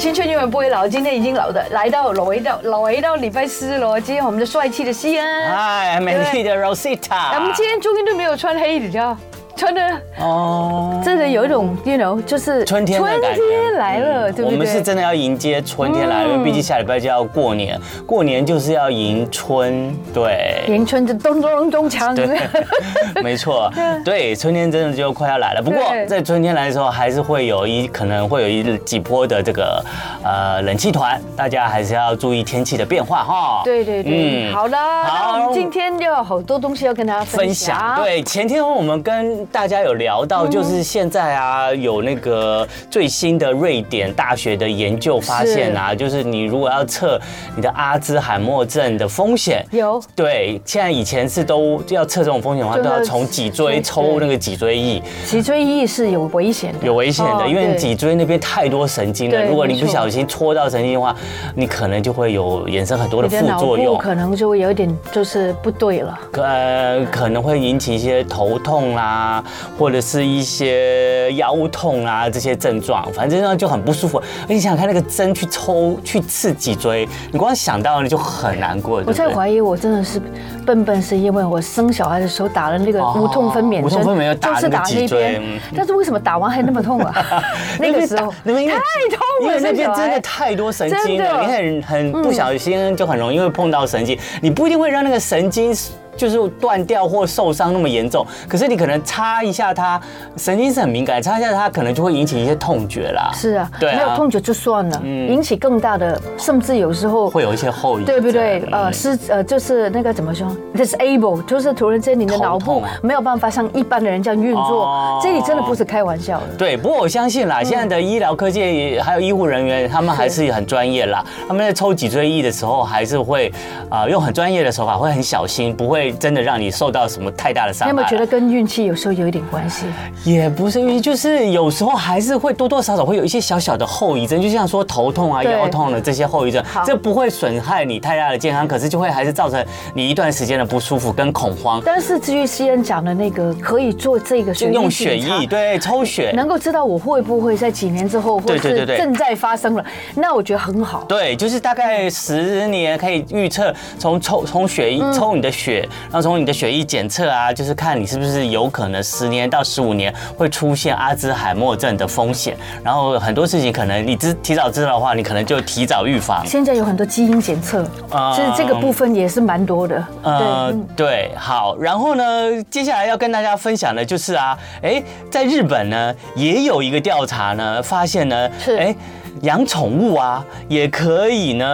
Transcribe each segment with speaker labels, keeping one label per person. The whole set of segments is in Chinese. Speaker 1: 青春永远不会老，今天已经老的来到来到来到礼拜四了。今天我们的帅气的西安，
Speaker 2: 哎，美丽的
Speaker 1: 咱们
Speaker 2: Rosita，
Speaker 1: 今天终于都没有穿黑底料，穿的
Speaker 2: 哦，
Speaker 1: 真的有一种 you know 就是
Speaker 2: 春天的
Speaker 1: 春
Speaker 2: 感觉嗯
Speaker 1: 天来了，对嗯
Speaker 2: 我
Speaker 1: 不
Speaker 2: 们是
Speaker 1: 对？
Speaker 2: 真的要迎接春天来了，因为毕竟下礼拜就要过年，过年就是要迎春，对。
Speaker 1: 迎春就咚咚咚咚锵，
Speaker 2: 对，没 错，对，春天真的就快要来了。不过
Speaker 1: 对
Speaker 2: 在春天来的时候，还是会有一可能会有一几波的这个呃冷气团，大家还是要注意天气的变化 哈。
Speaker 1: 对对对，
Speaker 2: 嗯
Speaker 1: 好的，那我
Speaker 2: 好
Speaker 1: 们今天就有好多东西要跟大家分
Speaker 2: 分享。
Speaker 1: 享，，嗯
Speaker 2: 对，前天我们跟大家有聊到，就是现在啊，有那个最新的瑞典大学的研究发现啊，就是你如果要测你的阿兹海默症的风险。
Speaker 1: 有
Speaker 2: 对，现在以前是都要测这种风险的话，
Speaker 1: 就
Speaker 2: 都
Speaker 1: 要
Speaker 2: 要从脊椎
Speaker 1: 对
Speaker 2: 抽那个脊椎液，
Speaker 1: 脊椎液是有危险的，
Speaker 2: 有危险
Speaker 1: 哦
Speaker 2: 的，因为
Speaker 1: 对
Speaker 2: 脊椎那边太多神经了，
Speaker 1: 对
Speaker 2: 如果你
Speaker 1: 没
Speaker 2: 不
Speaker 1: 错
Speaker 2: 小心戳到神经的话，你可能就会有衍生很多的
Speaker 1: 你的
Speaker 2: 副
Speaker 1: 脑
Speaker 2: 作
Speaker 1: 部
Speaker 2: 用。
Speaker 1: 可能就会有一点就是不对了。
Speaker 2: 呃，可能会引起一些头痛啦、或者是一些腰痛啊这些症状，反正呢就很不舒服。而且你想想看，那个针去抽去刺脊椎，你光想到你就很难过。
Speaker 1: 我在
Speaker 2: 疑
Speaker 1: 怀疑我真的是笨笨，是因为我生小孩的时候打了那个无痛分娩针，
Speaker 2: 哦无痛分娩要打
Speaker 1: 就是打那
Speaker 2: 那个脊椎
Speaker 1: 边
Speaker 2: 嗯，
Speaker 1: 但是为什么打完还那么 痛啊？那个时候
Speaker 2: 那边因为
Speaker 1: 太痛
Speaker 2: 因
Speaker 1: 了，
Speaker 2: 为那边
Speaker 1: 生小
Speaker 2: 真的
Speaker 1: 孩
Speaker 2: 太多神
Speaker 1: 真
Speaker 2: 经
Speaker 1: 的嗯
Speaker 2: 了，你很很不小心就很容易会碰到神经，你不一定会让那个神经就是断掉或受伤那么严重，可是你可能擦一下它，神经是很敏感，擦一下它可能就会引起一些痛觉啦。
Speaker 1: 是啊，
Speaker 2: 对啊嗯
Speaker 1: 没有痛觉就算了，引起更大的，甚至有时候
Speaker 2: 会有一些后遗症，
Speaker 1: 对不对？呃，
Speaker 2: 嗯
Speaker 1: 是呃，就是那个怎么说，disable，就是突然间你的
Speaker 2: 头
Speaker 1: 脑部
Speaker 2: 痛啊
Speaker 1: 没有办法像一般的人这样运作
Speaker 2: 哦，
Speaker 1: 这里真的不是开玩笑的。
Speaker 2: 对，不过我相信啦，现在的医疗科技也还有医护人员，他们还是很专业啦。他们在抽脊椎液的时候，还是会啊、呃用很专业的手法，会很小心，不会真的让你受到什么太大的伤
Speaker 1: 你
Speaker 2: 害
Speaker 1: 有没
Speaker 2: 啦。
Speaker 1: 有觉得跟运气有时候有一点关系？
Speaker 2: 也不是，因为就是有时候还是会多多少少会有一些小小的后遗症，就像说头痛啊、
Speaker 1: 对
Speaker 2: 腰痛的这些后遗症
Speaker 1: 好，
Speaker 2: 这不会损害你太大的健康，可是就会还是造成你一段时间的不舒服跟恐慌。
Speaker 1: 但是至于西恩讲的那个，可以做这个
Speaker 2: 就
Speaker 1: 血
Speaker 2: 用
Speaker 1: 液
Speaker 2: 血
Speaker 1: 检查
Speaker 2: 液，对，抽血，
Speaker 1: 能够知道我会不会在几年之后，或
Speaker 2: 对对
Speaker 1: 是
Speaker 2: 对对
Speaker 1: 正在发生了，那我觉得很好。
Speaker 2: 对，就是大概十年可以预测，从抽从血液抽你的血，然后从你的血液检测啊，就是看你是不是有可能十年到十五年会出现阿兹海默症的风险。然后很多事情可能你知提早知道的话，你可能就提早预防。
Speaker 1: 现在有很多基因检测，
Speaker 2: 嗯
Speaker 1: 其实这个部分也是蛮多的。
Speaker 2: 呃
Speaker 1: 对，，嗯
Speaker 2: 对，好，然后呢，接下来要跟大家分享的就是啊，哎，在日本呢，也有一个调查呢，发现呢，
Speaker 1: 是
Speaker 2: 哎，养宠物啊，也可以呢，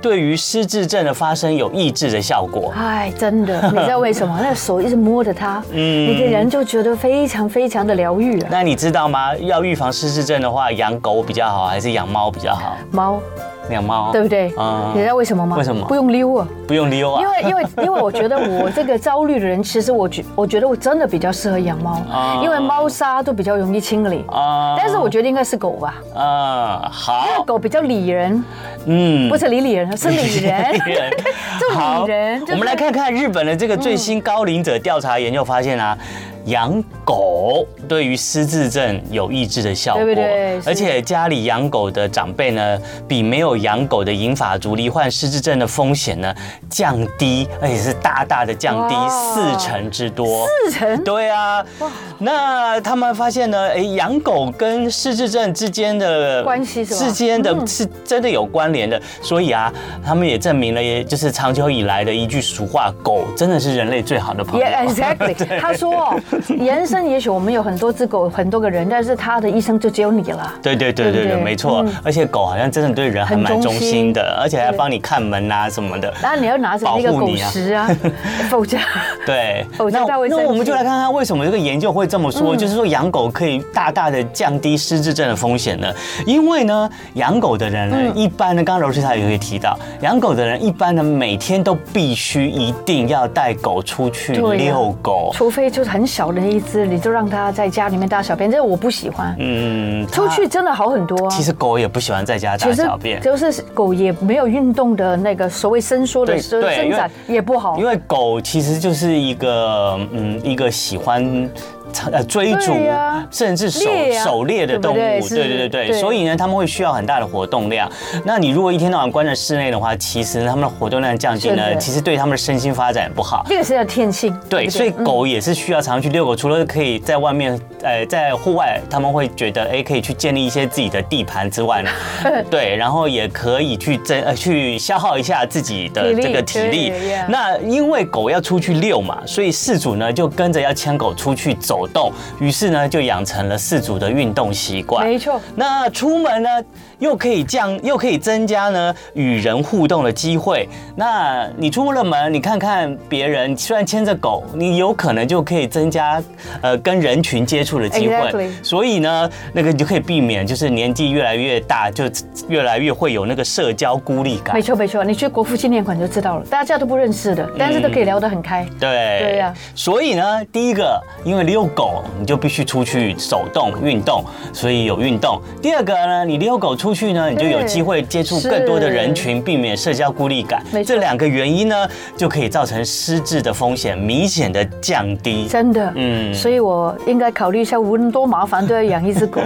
Speaker 2: 对于失智症的发生有抑制的效果。
Speaker 1: 哎，真 的，你知道为什么？那手一直摸着它，
Speaker 2: 嗯
Speaker 1: 你的人就觉得非常非常的疗愈啊。
Speaker 2: 那你知道吗？要预防失智症的话，养狗比较好还是养猫比较好？
Speaker 1: 猫，
Speaker 2: 养猫，
Speaker 1: 对不对？
Speaker 2: 嗯
Speaker 1: 你知道为什么吗？
Speaker 2: 为什么
Speaker 1: 不用溜啊？
Speaker 2: 不用溜啊
Speaker 1: 因。为因为因为我觉得我这个焦虑的人，其实我觉我觉得我真的比较适合养猫，
Speaker 2: 啊
Speaker 1: 因为猫砂都比较容易清理。
Speaker 2: 啊
Speaker 1: 但是我觉得应该是狗吧，因
Speaker 2: 嗯，
Speaker 1: 为
Speaker 2: 好，
Speaker 1: 狗比较理人，
Speaker 2: 嗯，
Speaker 1: 不。是理理人，是理人
Speaker 2: 人
Speaker 1: 就
Speaker 2: 好
Speaker 1: 理人。就是
Speaker 2: 我们来看看日本的这个最新高龄者调查研究发现啊，养狗对于失智症有抑制的效果，
Speaker 1: 对不对是
Speaker 2: 而且家里养狗的长辈呢，比没有养狗的银发族罹患失智症的风险呢降低，而且是大大的降低
Speaker 1: 哇
Speaker 2: 四成之多。
Speaker 1: 四成
Speaker 2: 对啊，那他们发现呢，哎，养狗跟失智症之间的
Speaker 1: 关系是吧嗯
Speaker 2: 之间的是真的有关联的，所以啊，他们也证明了，也就是长久以来的一句俗话，狗真的是人类最好的朋友。
Speaker 1: Yeah, exactly。他说哦，人生也许我们有很多只狗，很多个人，但是他的一生就只有你了。
Speaker 2: 对对
Speaker 1: 对
Speaker 2: 对
Speaker 1: 不
Speaker 2: 对
Speaker 1: 对
Speaker 2: 对，没错
Speaker 1: 嗯，
Speaker 2: 而且狗好像真的对人还蛮
Speaker 1: 很忠
Speaker 2: 忠
Speaker 1: 心
Speaker 2: 心的，而且还
Speaker 1: 对
Speaker 2: 帮你看门啊什么的。
Speaker 1: 然后你要拿着那个
Speaker 2: 保护
Speaker 1: 狗
Speaker 2: 你啊哦
Speaker 1: 食啊，否则
Speaker 2: 对，
Speaker 1: 否则
Speaker 2: 那
Speaker 1: 它会
Speaker 2: 那
Speaker 1: 生嗯
Speaker 2: 我们
Speaker 1: 气
Speaker 2: 就来看看为什么这个研究会这么说，就是说养狗可以大大的降低失智症的风险呢？因为呢，养狗的人呢，
Speaker 1: 嗯
Speaker 2: 一般呢，刚刚柔瑞塔也有提到，养狗的人一般呢，每天都必须一定要带狗出去
Speaker 1: 对啊呀
Speaker 2: 遛狗，
Speaker 1: 除非就是很小的一只，你就让它在家里面大小便，这我不喜欢。
Speaker 2: 嗯，它
Speaker 1: 出去。真的好很多啊。
Speaker 2: 其实狗也不喜欢在家大
Speaker 1: 其实
Speaker 2: 小便。
Speaker 1: 就是狗也没有运动的那个所谓伸缩的
Speaker 2: 对
Speaker 1: 伸
Speaker 2: 对
Speaker 1: 伸
Speaker 2: 因为
Speaker 1: 展也不好啊。
Speaker 2: 因为狗其实就是一个嗯一个喜欢。呃，追逐
Speaker 1: 对呀
Speaker 2: 甚至狩
Speaker 1: 猎呀
Speaker 2: 狩猎的动物，
Speaker 1: 对
Speaker 2: 对
Speaker 1: 不对是
Speaker 2: 对对
Speaker 1: 对
Speaker 2: 对，所以呢，他们会需要很大的活动量。那你如果一天到晚关在室内的话，其实他们的活动量降低
Speaker 1: 是
Speaker 2: 呢，
Speaker 1: 的
Speaker 2: 其实对他们的身心发展不好。
Speaker 1: 这个是要天性。
Speaker 2: 对，
Speaker 1: 不
Speaker 2: 所以
Speaker 1: 嗯
Speaker 2: 狗也是需要常去遛狗，除了可以在外面，呃，在户外，他们会觉得，哎，可以去建立一些自己的地盘之 外呢，对，然后也可以去增，呃，去消耗一下自己的
Speaker 1: 体力
Speaker 2: 这个体力
Speaker 1: 对，yeah。
Speaker 2: 那因为狗要出去遛嘛，所以饲主呢就跟着要牵狗出去走动，于是呢就养成了饲主的运动习惯。
Speaker 1: 没错，
Speaker 2: 那出门呢，又可以降，又可以增加呢与人互动的机会。那你出了门，你看看别人，虽然牵着狗，你有可能就可以增加呃跟人群接触的机会。
Speaker 1: Exactly
Speaker 2: 所以呢，那个你就可以避免，就是年纪越来越大，就越来越会有那个社交孤立感
Speaker 1: 没。错，没错。你去国父纪念馆就知道了，大家都不认识的，但是都可以聊得很开。
Speaker 2: 对，
Speaker 1: 对呀
Speaker 2: 所以呢，第一个，因为遛狗你就必须出去走动运动，所以有运动。第二个呢，你遛狗出去呢，你就有机会接触更多的人群，避免社交孤立感
Speaker 1: 没。错
Speaker 2: 这两个原因呢，就可以造成失智的风险明显的降低。
Speaker 1: 真的，嗯，
Speaker 2: 嗯
Speaker 1: 所以我应该考虑一下，无论多麻烦都要养一只狗，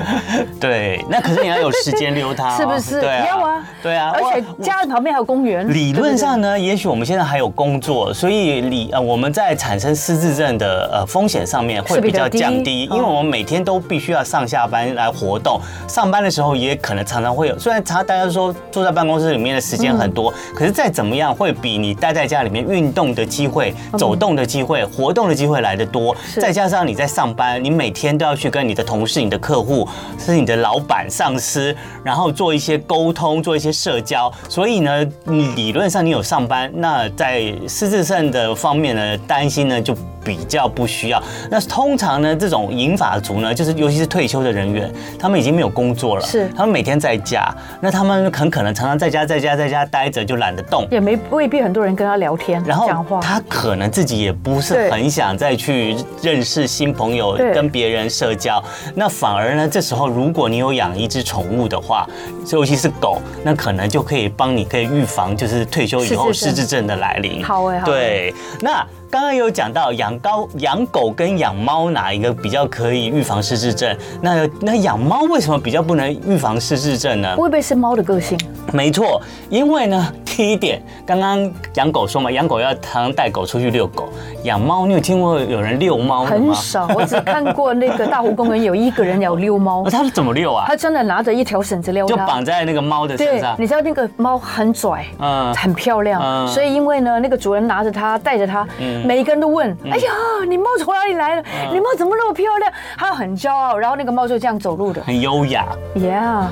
Speaker 2: 对，那可是你要有时间溜 它哦、
Speaker 1: 是不是？
Speaker 2: 对啊，
Speaker 1: 要啊，
Speaker 2: 对啊，
Speaker 1: 而
Speaker 2: 我
Speaker 1: 且家旁边还有公园。
Speaker 2: 理
Speaker 1: 对
Speaker 2: 论
Speaker 1: 不对
Speaker 2: 上呢，也许我们现在还有工作，所以理呃我们在产生失智症的呃风险上面会
Speaker 1: 是比
Speaker 2: 比
Speaker 1: 较
Speaker 2: 较降
Speaker 1: 低
Speaker 2: 低，因为
Speaker 1: 哦
Speaker 2: 我们每天都必须要上下班来活动，上班的时候也可能常常会有，虽然常大家说坐在办公室里面的时间很
Speaker 1: 嗯
Speaker 2: 多，可是再怎么样会比你待在家里面运动的机会、走动的机会、活动的机会来得多。
Speaker 1: 嗯是
Speaker 2: 再加上你在上班，你每天都要去跟你的同事、你的客户，是你的老板、上司，然后做一些沟通，做一些社交。所以呢，你理论上你有上班，那在失智症的方面呢，担心呢就。比较不需要。那通常呢，这种银发族呢，就是尤其是退休的人员，他们已经没有工作了，
Speaker 1: 是
Speaker 2: 他们每天在家，那他们很可能常常在家在家在家待着，就懒得动，
Speaker 1: 也没未必很多人跟他聊天，
Speaker 2: 然后
Speaker 1: 讲话。
Speaker 2: 他可能自己也
Speaker 1: 对
Speaker 2: 不是很想再去认识新朋友
Speaker 1: 对，
Speaker 2: 跟别人社交。那反而呢，这时候如果你有养一只宠物的话，尤其是狗，那可能就可以帮你可以预防，就是退休以后
Speaker 1: 是是是
Speaker 2: 失智症的来临。
Speaker 1: 好哎好哎
Speaker 2: 对，那。刚刚有讲到养高养狗跟养猫哪一个比较可以预防失智症？那那养猫为什么比较不能预防失智症呢？
Speaker 1: 会不会是猫的个性？
Speaker 2: 没错，因为呢，第一点，刚刚养狗说嘛，养狗要常带狗出去遛狗。养猫，你有听过有人遛猫的
Speaker 1: 很
Speaker 2: 吗？
Speaker 1: 少，我只看过那个大湖公园有一个人有遛猫
Speaker 2: 那，他们怎么遛啊
Speaker 1: 他？真的拿着一条绳子撩
Speaker 2: 就
Speaker 1: 它。
Speaker 2: 绑在那个猫的身
Speaker 1: 对
Speaker 2: 上，。
Speaker 1: 你知道那个猫很拽，
Speaker 2: 嗯
Speaker 1: 很漂亮，
Speaker 2: 嗯
Speaker 1: 所以因为呢，那个主人拿着它，带着它，每个人都问：“
Speaker 2: 嗯
Speaker 1: 哎呀，你猫从哪里来的？你猫怎么那么漂亮？”它很骄傲，然后那个猫就这样走路 的。
Speaker 2: 很优雅，
Speaker 1: Yeah，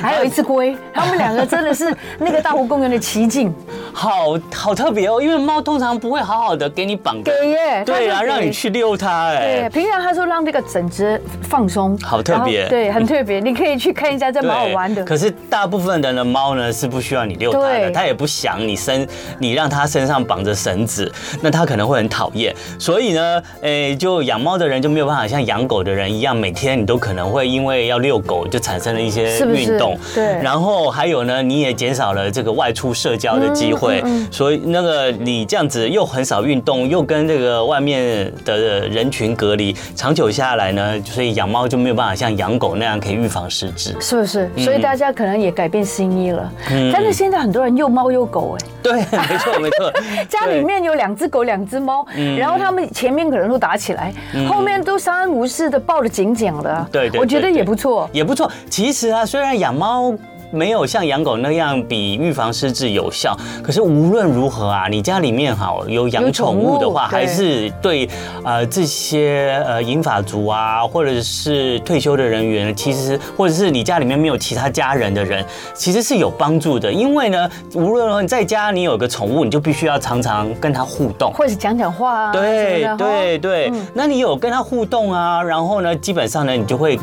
Speaker 1: 还有一只龟，他们两个真的是那个大湖公园的奇景，
Speaker 2: 好好特别哦。因为猫通常不会好好的给你绑着，
Speaker 1: 给耶
Speaker 2: 对
Speaker 1: 它
Speaker 2: 啊，
Speaker 1: 就给
Speaker 2: 让你去遛它，
Speaker 1: 对，
Speaker 2: 哎，
Speaker 1: 平常他说让这个整只放松，
Speaker 2: 好特别嗯
Speaker 1: 然后对，很特别，你可以去看一下，这蛮好玩的。
Speaker 2: 可是大部分人的猫呢是不需要你遛它
Speaker 1: 对
Speaker 2: 的，它也不想你身，你让它身上绑着绳子，那它可能会很讨厌。所以呢，诶、就养猫的人就没有办法像养狗的人一样，每天你都可能会因为要遛狗就产生了一些
Speaker 1: 是不是
Speaker 2: 运动。
Speaker 1: 对
Speaker 2: 然后还有呢，你也减少了这个外出社交的机会，
Speaker 1: 嗯
Speaker 2: 所以那个你这样子又很少运动，又跟这个外面的人群隔离，长久下来呢，所以养猫就没有办法像养狗那样可以预防失智。
Speaker 1: 是不是？
Speaker 2: 嗯
Speaker 1: 所以大家可能也改变心意了。但是现在很多人又猫又狗，哎，，
Speaker 2: 对，没错没错
Speaker 1: 家里面有两只狗、两只猫，
Speaker 2: 嗯
Speaker 1: 然后他们前面可能都打起来，后面都相安无事的抱得紧紧的啊。
Speaker 2: 对对对
Speaker 1: 我觉得也不错
Speaker 2: 对。也不错。其实啊，虽然养猫。没有像养狗那样比预防失智有效，可是无论如何啊，你家里面好有
Speaker 1: 有
Speaker 2: 养
Speaker 1: 宠
Speaker 2: 宠物的话，
Speaker 1: 物对
Speaker 2: 还是对呃这些呃银发族啊，或者是退休的人员，其实或者是你家里面没有其他家人的人，其实是有帮助的。因为呢，无论如何你在家你有个宠物，你就必须要常常跟它互动。
Speaker 1: 或者是讲讲话啊，什么
Speaker 2: 对
Speaker 1: 的哈嗯
Speaker 2: 对对，那你有跟他互动啊，然后呢，基本上呢，你就会。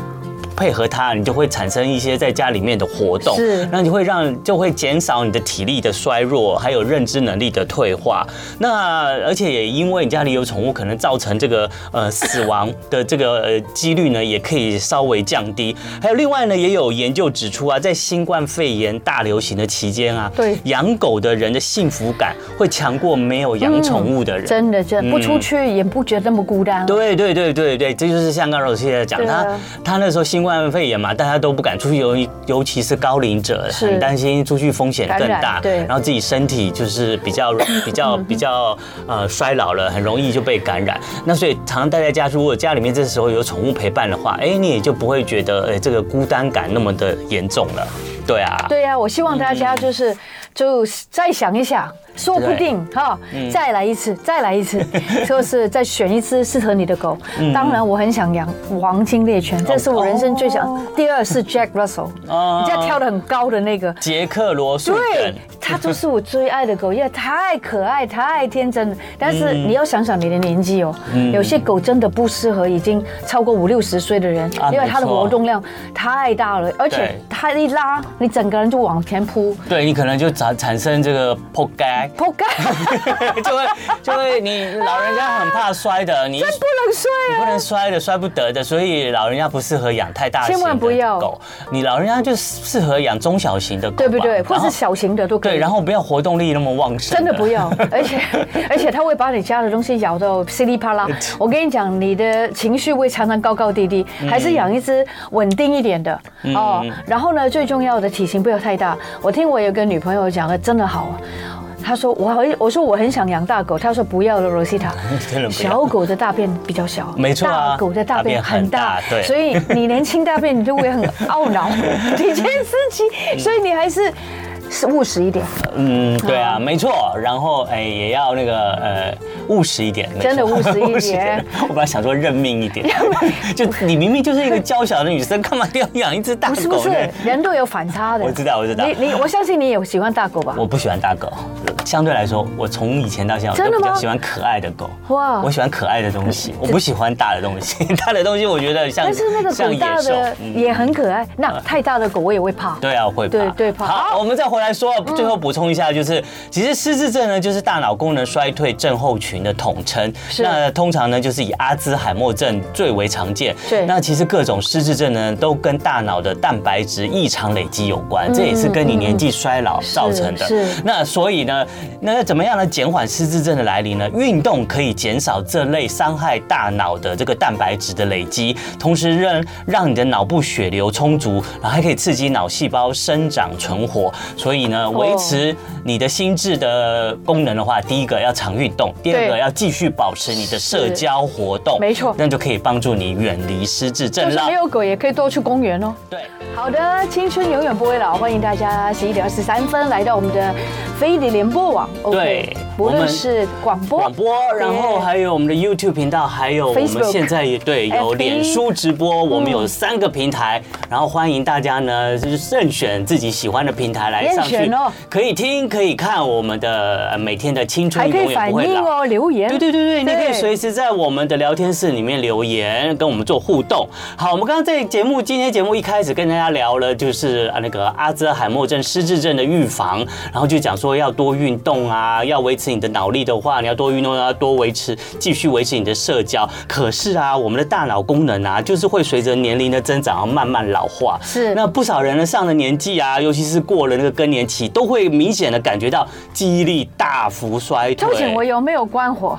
Speaker 2: 配合它，你就会产生一些在家里面的活动，
Speaker 1: 是
Speaker 2: 那你会让就会减少你的体力的衰弱，还有认知能力的退化。那而且也因为你家里有宠物，可能造成这个呃 死亡的这个呃几率呢，也可以稍微降低。还有另外呢，也有研究指出啊，在新冠肺炎大流行的期间啊，
Speaker 1: 对
Speaker 2: 养狗的人的幸福感会强过没有养
Speaker 1: 嗯
Speaker 2: 宠物的人。
Speaker 1: 真的真的不出去也不觉得那么孤单。
Speaker 2: 嗯对对对对对，这就是像刚才老师在讲，
Speaker 1: 对啊
Speaker 2: 他他那时候新冠肺炎嘛，大家都不敢出去，尤尤其是高龄者，
Speaker 1: 是
Speaker 2: 很担心出去风险更
Speaker 1: 感
Speaker 2: 大，
Speaker 1: 染对嗯
Speaker 2: 然后自己身体就是 比较比较比较呃衰老了，很容易就被感染。那所以常常待在家，如果家里面这时候有宠物陪伴的话，哎，你也就不会觉得哎这个孤单感那么的严重了。对啊，
Speaker 1: 对呀、我希望大
Speaker 2: 嗯
Speaker 1: 家就是就再想一想，说不定哈，
Speaker 2: 嗯
Speaker 1: 再来一次，再来一 次，就是再选一只适合你的狗。
Speaker 2: 嗯
Speaker 1: 当然，我很想养黄金猎犬，这是我人生最想。第二是 Jack Russell，
Speaker 2: 哦
Speaker 1: 你家挑的很高的那个。
Speaker 2: 杰克罗素
Speaker 1: 对
Speaker 2: 等，
Speaker 1: 它就是我最爱的狗，因为太可爱、太天真了。但是
Speaker 2: 嗯
Speaker 1: 你要想想你的年纪哦，有些狗真的不适合已经超过五六十岁的人
Speaker 2: 啊，
Speaker 1: 因为它的
Speaker 2: 没错
Speaker 1: 活动量太大了，而且
Speaker 2: 对
Speaker 1: 它一拉，你整个人就往前扑，
Speaker 2: 对你可能就产产生这个破 盖。
Speaker 1: 扑 街，
Speaker 2: 就会就会，你老人家很怕摔的，你一
Speaker 1: 不能睡
Speaker 2: 你
Speaker 1: 啊！
Speaker 2: 不能摔的，摔不得的，所以老人家不适合养太大型
Speaker 1: 千万不
Speaker 2: 的
Speaker 1: 要
Speaker 2: 狗。你老人家就适合养中小型的狗吧，
Speaker 1: 对不对？或
Speaker 2: 然后
Speaker 1: 是小型的都可以。
Speaker 2: 对，然后不要活动力那么旺盛。啊
Speaker 1: 真的不 要，而且而且它会把你家的东西咬到噼里啪啦。
Speaker 2: 嗯
Speaker 1: 我跟你讲，你的情绪会常常高高低低，
Speaker 2: 嗯
Speaker 1: 还是养一只稳定一点的哦。然后呢，最重要的体型不要太大。我听我有个女朋友讲的，真的好啊。她说我好，我说我很想养大狗，她说不要了，Rosita
Speaker 2: 真 的。不要
Speaker 1: 小狗的大便比较小，
Speaker 2: 没错啊
Speaker 1: 大狗的大便很大
Speaker 2: 大便很大对，
Speaker 1: 所以你年轻大便你就会很懊 恼，体检自己，所以你还是是务实一点。
Speaker 2: 嗯，对啊，没错。然后哎，也要那个呃务实一点，没错
Speaker 1: 真的务实一点。
Speaker 2: 我本来想说认命一 点，就你明明就是一个娇小的女生，干嘛一定要养一只大
Speaker 1: 不是不
Speaker 2: 狗
Speaker 1: 是
Speaker 2: 呢？，
Speaker 1: 人都有反差的。
Speaker 2: 我知道我知道
Speaker 1: 你你，我相信你也喜欢大狗吧？
Speaker 2: 我不喜欢大狗，相对来说，我从以前到现在，我
Speaker 1: 真
Speaker 2: 都
Speaker 1: 的
Speaker 2: 比较
Speaker 1: 吗
Speaker 2: 喜欢可爱的狗。
Speaker 1: 哇
Speaker 2: 我喜欢可爱的东西，我不喜欢大的东西。 大的东西我觉得像
Speaker 1: 但是那个
Speaker 2: 像
Speaker 1: 狗
Speaker 2: 野
Speaker 1: 大
Speaker 2: 兽
Speaker 1: 的。
Speaker 2: 嗯
Speaker 1: 也很可爱，那太大的狗我也会怕。
Speaker 2: 对啊，我会怕。
Speaker 1: 对对怕嗯
Speaker 2: 好，我们再回来说，最后补充一下，就是其实失智症呢，就是大脑功能衰退症候群的统称。
Speaker 1: 是
Speaker 2: 那通常呢，就是以阿兹海默症最为常见。
Speaker 1: 对
Speaker 2: 那其实各种失智症呢，都跟大脑的蛋白质异常累积有关，这也是跟你年纪衰老造成的。
Speaker 1: 是是
Speaker 2: 那所以呢，那要怎么样呢？减缓失智症的来临呢？运动可以减少这类伤害大脑的这个蛋白质的累积，同时让让你的脑部血流充足，然后还可以刺激脑细胞生长存活。所以呢，
Speaker 1: 哦
Speaker 2: 维持你的心智的功能的话，第一个要常运动，第二个
Speaker 1: 对
Speaker 2: 要继续保持你的社交活动，
Speaker 1: 没错
Speaker 2: 那就可以帮助你远离失智
Speaker 1: 就
Speaker 2: 症
Speaker 1: 是
Speaker 2: 了
Speaker 1: 没。有狗也可以多去公园哦。
Speaker 2: 对。
Speaker 1: 好的，青春永远不会老，欢迎大家十一点二十三分来到我们的飞碟联播网。
Speaker 2: 对
Speaker 1: 不
Speaker 2: 我
Speaker 1: 论
Speaker 2: 们
Speaker 1: 是广播、
Speaker 2: 广播，然后还有我们的 YouTube 频道，还有我们
Speaker 1: Facebook
Speaker 2: 现在也对
Speaker 1: FB
Speaker 2: 有脸书直播，我们有三个平台，
Speaker 1: 嗯
Speaker 2: 然后欢迎大家呢就是任选自己喜欢的平台来
Speaker 1: 任
Speaker 2: 上去
Speaker 1: 选哦，
Speaker 2: 可以听可以看我们的呃每天的青春
Speaker 1: 还可
Speaker 2: 永
Speaker 1: 以
Speaker 2: 远
Speaker 1: 反
Speaker 2: 不会
Speaker 1: 应
Speaker 2: 老。
Speaker 1: 哦，留言。
Speaker 2: 对对对对，你可以
Speaker 1: 对
Speaker 2: 随时在我们的聊天室里面留言，跟我们做互动。好，我们刚刚在节目，今天节目一开始跟大家聊了，就是啊那个阿兹海默症、失智症的预防，然后就讲说要多运动啊，要维持你的脑力的话，你要多运动，要多维持，继续维持你的社交。可是啊，我们的大脑功能啊，就是会随着年龄的增长而慢慢老化。
Speaker 1: 是
Speaker 2: 那不少人呢，上了年纪啊，尤其是过了那个更年期，都会明显的感觉到记忆力大幅衰退。
Speaker 1: 周景，我有没有关火？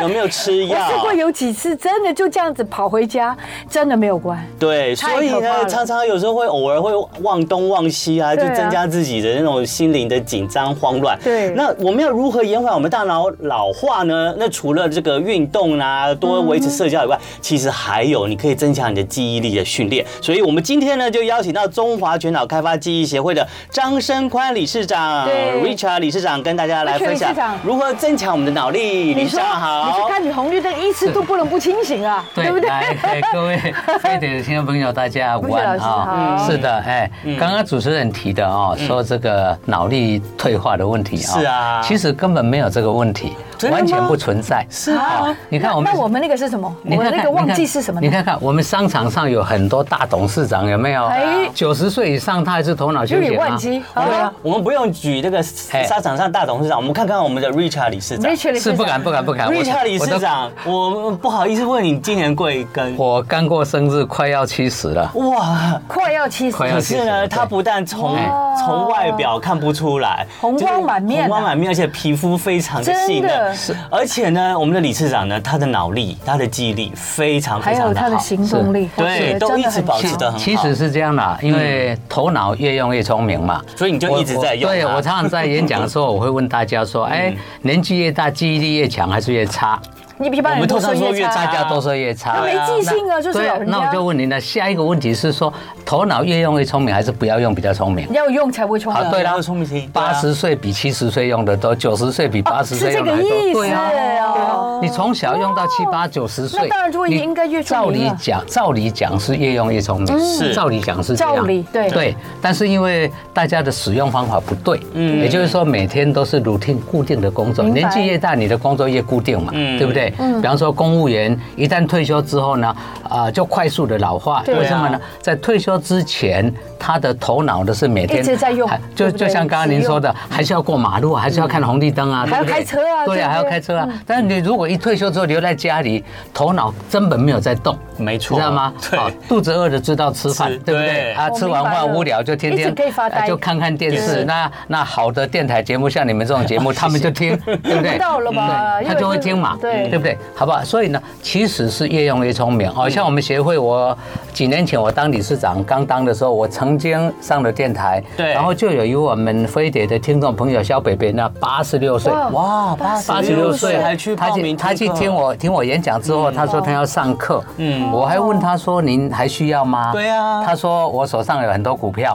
Speaker 2: 有没有吃
Speaker 1: 我
Speaker 2: 药？
Speaker 1: 试过有几次，真的就这样子跑回家，真的没有关。
Speaker 2: 对，
Speaker 1: 太可
Speaker 2: 所以
Speaker 1: 怕
Speaker 2: 呢，
Speaker 1: 了
Speaker 2: 常常有时候会偶尔会忘东忘西啊，就
Speaker 1: 对啊
Speaker 2: 增加自己的那种心灵的紧张慌乱。
Speaker 1: 对
Speaker 2: 那我们要如何延缓我们大脑老化呢？那除了这个运动啊，多维持社交以外，
Speaker 1: 嗯
Speaker 2: 其实还有你可以增强你的记忆力的训练。所以我们今天呢，就邀请到中华全脑开发记忆协会的张生宽理事长
Speaker 1: 对
Speaker 2: ，Richard 理事长跟大家来
Speaker 1: Richard
Speaker 2: 分享
Speaker 1: 理事长
Speaker 2: 如何增强我们的脑力。理
Speaker 1: 你
Speaker 2: 事
Speaker 1: 说，
Speaker 2: 长好，
Speaker 1: 你去看你红绿灯，一次都不能不清醒啊，对不对？
Speaker 3: 来，对各位飞碟的听众朋友，大家午安
Speaker 1: 吴雪老师好
Speaker 3: 是的，哎，
Speaker 2: 嗯
Speaker 3: 刚刚主持人提的哦，说这个脑力退化的问题
Speaker 2: 是啊
Speaker 3: 其实根本没有这个问题。
Speaker 2: 真的吗
Speaker 3: 完全不存在。
Speaker 2: 是啊，
Speaker 3: 你看我们
Speaker 1: 那我们那个是什么？我们那个忘记是什么呢
Speaker 3: 你？看看，我们商场上有很多大董事长，有没有
Speaker 1: 哎？
Speaker 3: 九十岁以上，他还是头脑休
Speaker 1: 日
Speaker 3: 闲
Speaker 1: 理
Speaker 3: 吗
Speaker 1: 万？机
Speaker 3: 对啊，
Speaker 2: 我们不用举这个
Speaker 3: 哎
Speaker 2: 沙场上大董事长，我们看看我们的 Richard 理事长。啊
Speaker 1: Richard
Speaker 3: 是不敢不敢不敢。我
Speaker 2: Richard 理
Speaker 3: 我
Speaker 2: 事
Speaker 3: 都
Speaker 2: 长，我们不好意思问你今年贵庚？
Speaker 3: 我刚过生日，快要七十了。
Speaker 2: 哇！
Speaker 1: 快要七十，
Speaker 3: 快要
Speaker 2: 可
Speaker 3: 70
Speaker 2: 是呢，
Speaker 3: 了对
Speaker 2: 他不但从
Speaker 1: 哇
Speaker 2: 从外表看不出来，
Speaker 1: 哦红光满面啊
Speaker 2: 就是红光满面，而且皮肤非常的细
Speaker 1: 真的
Speaker 2: 嫩
Speaker 1: 是，
Speaker 2: 而且呢，我们的理事长呢，他的脑力、他的记忆力非常
Speaker 1: 还
Speaker 2: 非
Speaker 1: 有
Speaker 2: 强的
Speaker 1: 他的
Speaker 2: 好，
Speaker 1: 行动力，
Speaker 2: 对
Speaker 1: 我觉得
Speaker 2: 都
Speaker 1: 真
Speaker 2: 一
Speaker 1: 的
Speaker 2: 直
Speaker 1: 很
Speaker 2: 保持
Speaker 1: 强
Speaker 2: 得很好嗯
Speaker 3: 其实是这样啦，因为头脑越用越聪明嘛，
Speaker 2: 所以你就一直在用啊嗯
Speaker 3: 我我对
Speaker 2: 它
Speaker 3: 我常常在演讲的时候，我会问大家 说：哎，年纪越大，记忆力越强还是越差？
Speaker 1: 你比一般人都说
Speaker 2: 我们通常说
Speaker 1: 越
Speaker 2: 越
Speaker 1: 差
Speaker 2: 大
Speaker 3: 大
Speaker 1: 啊，
Speaker 3: 家都说越差
Speaker 1: 他。没记性啊，就是
Speaker 3: 对
Speaker 1: 老人
Speaker 3: 那我就
Speaker 1: 家
Speaker 3: 问您了，下一个问题是说，头脑越用越聪明，还是不要用比较聪明？
Speaker 1: 要用才会冲
Speaker 3: 啊，
Speaker 1: 的。
Speaker 3: 对啦
Speaker 2: 要聪明一点，对啊
Speaker 3: 八十岁比七十岁用的多，九十岁比八十
Speaker 1: 是
Speaker 3: 岁
Speaker 1: 这
Speaker 3: 用的
Speaker 1: 个
Speaker 3: 还
Speaker 1: 意
Speaker 3: 多。
Speaker 1: 思
Speaker 3: 对啊，
Speaker 1: 哦。
Speaker 3: 你从小用到七八九十岁，
Speaker 1: 那当然就
Speaker 3: 你
Speaker 1: 应该越聪
Speaker 3: 照
Speaker 1: 明
Speaker 3: 理
Speaker 1: 了嗯
Speaker 3: 讲，照理讲是越用越聪明，
Speaker 2: 是
Speaker 3: 照理讲是这样
Speaker 1: 照理对
Speaker 3: 对。但是因为大家的使用方法不对，
Speaker 2: 嗯
Speaker 3: 也就是说每天都是 routine 固定的工作，
Speaker 1: 明白
Speaker 3: 年纪越大，你的工作越固定嘛，
Speaker 2: 嗯
Speaker 3: 对不对？比方说公务员一旦退休之后呢，啊，就快速的老化，
Speaker 1: 对啊
Speaker 3: 为什么呢？在退休之前，他的头脑的是每天
Speaker 1: 一直在用
Speaker 3: 还就
Speaker 1: 对不对
Speaker 3: 就像刚刚您说的，还是要过马路啊，还是要看红绿灯啊，
Speaker 1: 还要
Speaker 3: 对不对
Speaker 1: 开车啊对
Speaker 3: 对
Speaker 1: 不对
Speaker 3: 啊，还要开车啊。但是你如果一退休之后留在家里，头脑根本没有在动，
Speaker 2: 没错
Speaker 3: 知道吗？
Speaker 2: 对
Speaker 3: 好，肚子饿了知道吃饭
Speaker 2: 吃，
Speaker 3: 对不对？
Speaker 2: 对
Speaker 3: 啊，
Speaker 1: 我
Speaker 3: 吃完
Speaker 1: 明白
Speaker 3: 饭
Speaker 1: 了
Speaker 3: 无聊就天
Speaker 1: 一直
Speaker 3: 天
Speaker 1: 可以发呆
Speaker 3: 呃就看看电
Speaker 1: 是
Speaker 3: 视。那那好的电台节目，像你们这种节 目，他们就听，对 不对？
Speaker 1: 不到了吧？因
Speaker 3: 他
Speaker 1: 为
Speaker 3: 就会听嘛，
Speaker 1: 对
Speaker 3: 对，不对？好不好？所以呢，其实是越用越聪明。
Speaker 2: 嗯
Speaker 3: 哦，像我们协会，我几年前我当理事长刚当的时候，我曾经上了电台，
Speaker 2: 对
Speaker 3: 然后就有一位我们飞碟的听众朋友小北北，那八十六岁。
Speaker 2: 哇86
Speaker 3: 八十六岁
Speaker 2: 还去
Speaker 3: 他
Speaker 2: 报
Speaker 3: 去
Speaker 2: 名
Speaker 3: 他去
Speaker 2: 听课
Speaker 3: 听我听我演讲之后，他说他要上课，嗯，我还问他说您还需要吗？
Speaker 2: 对啊
Speaker 3: 他说我手上有很多股票，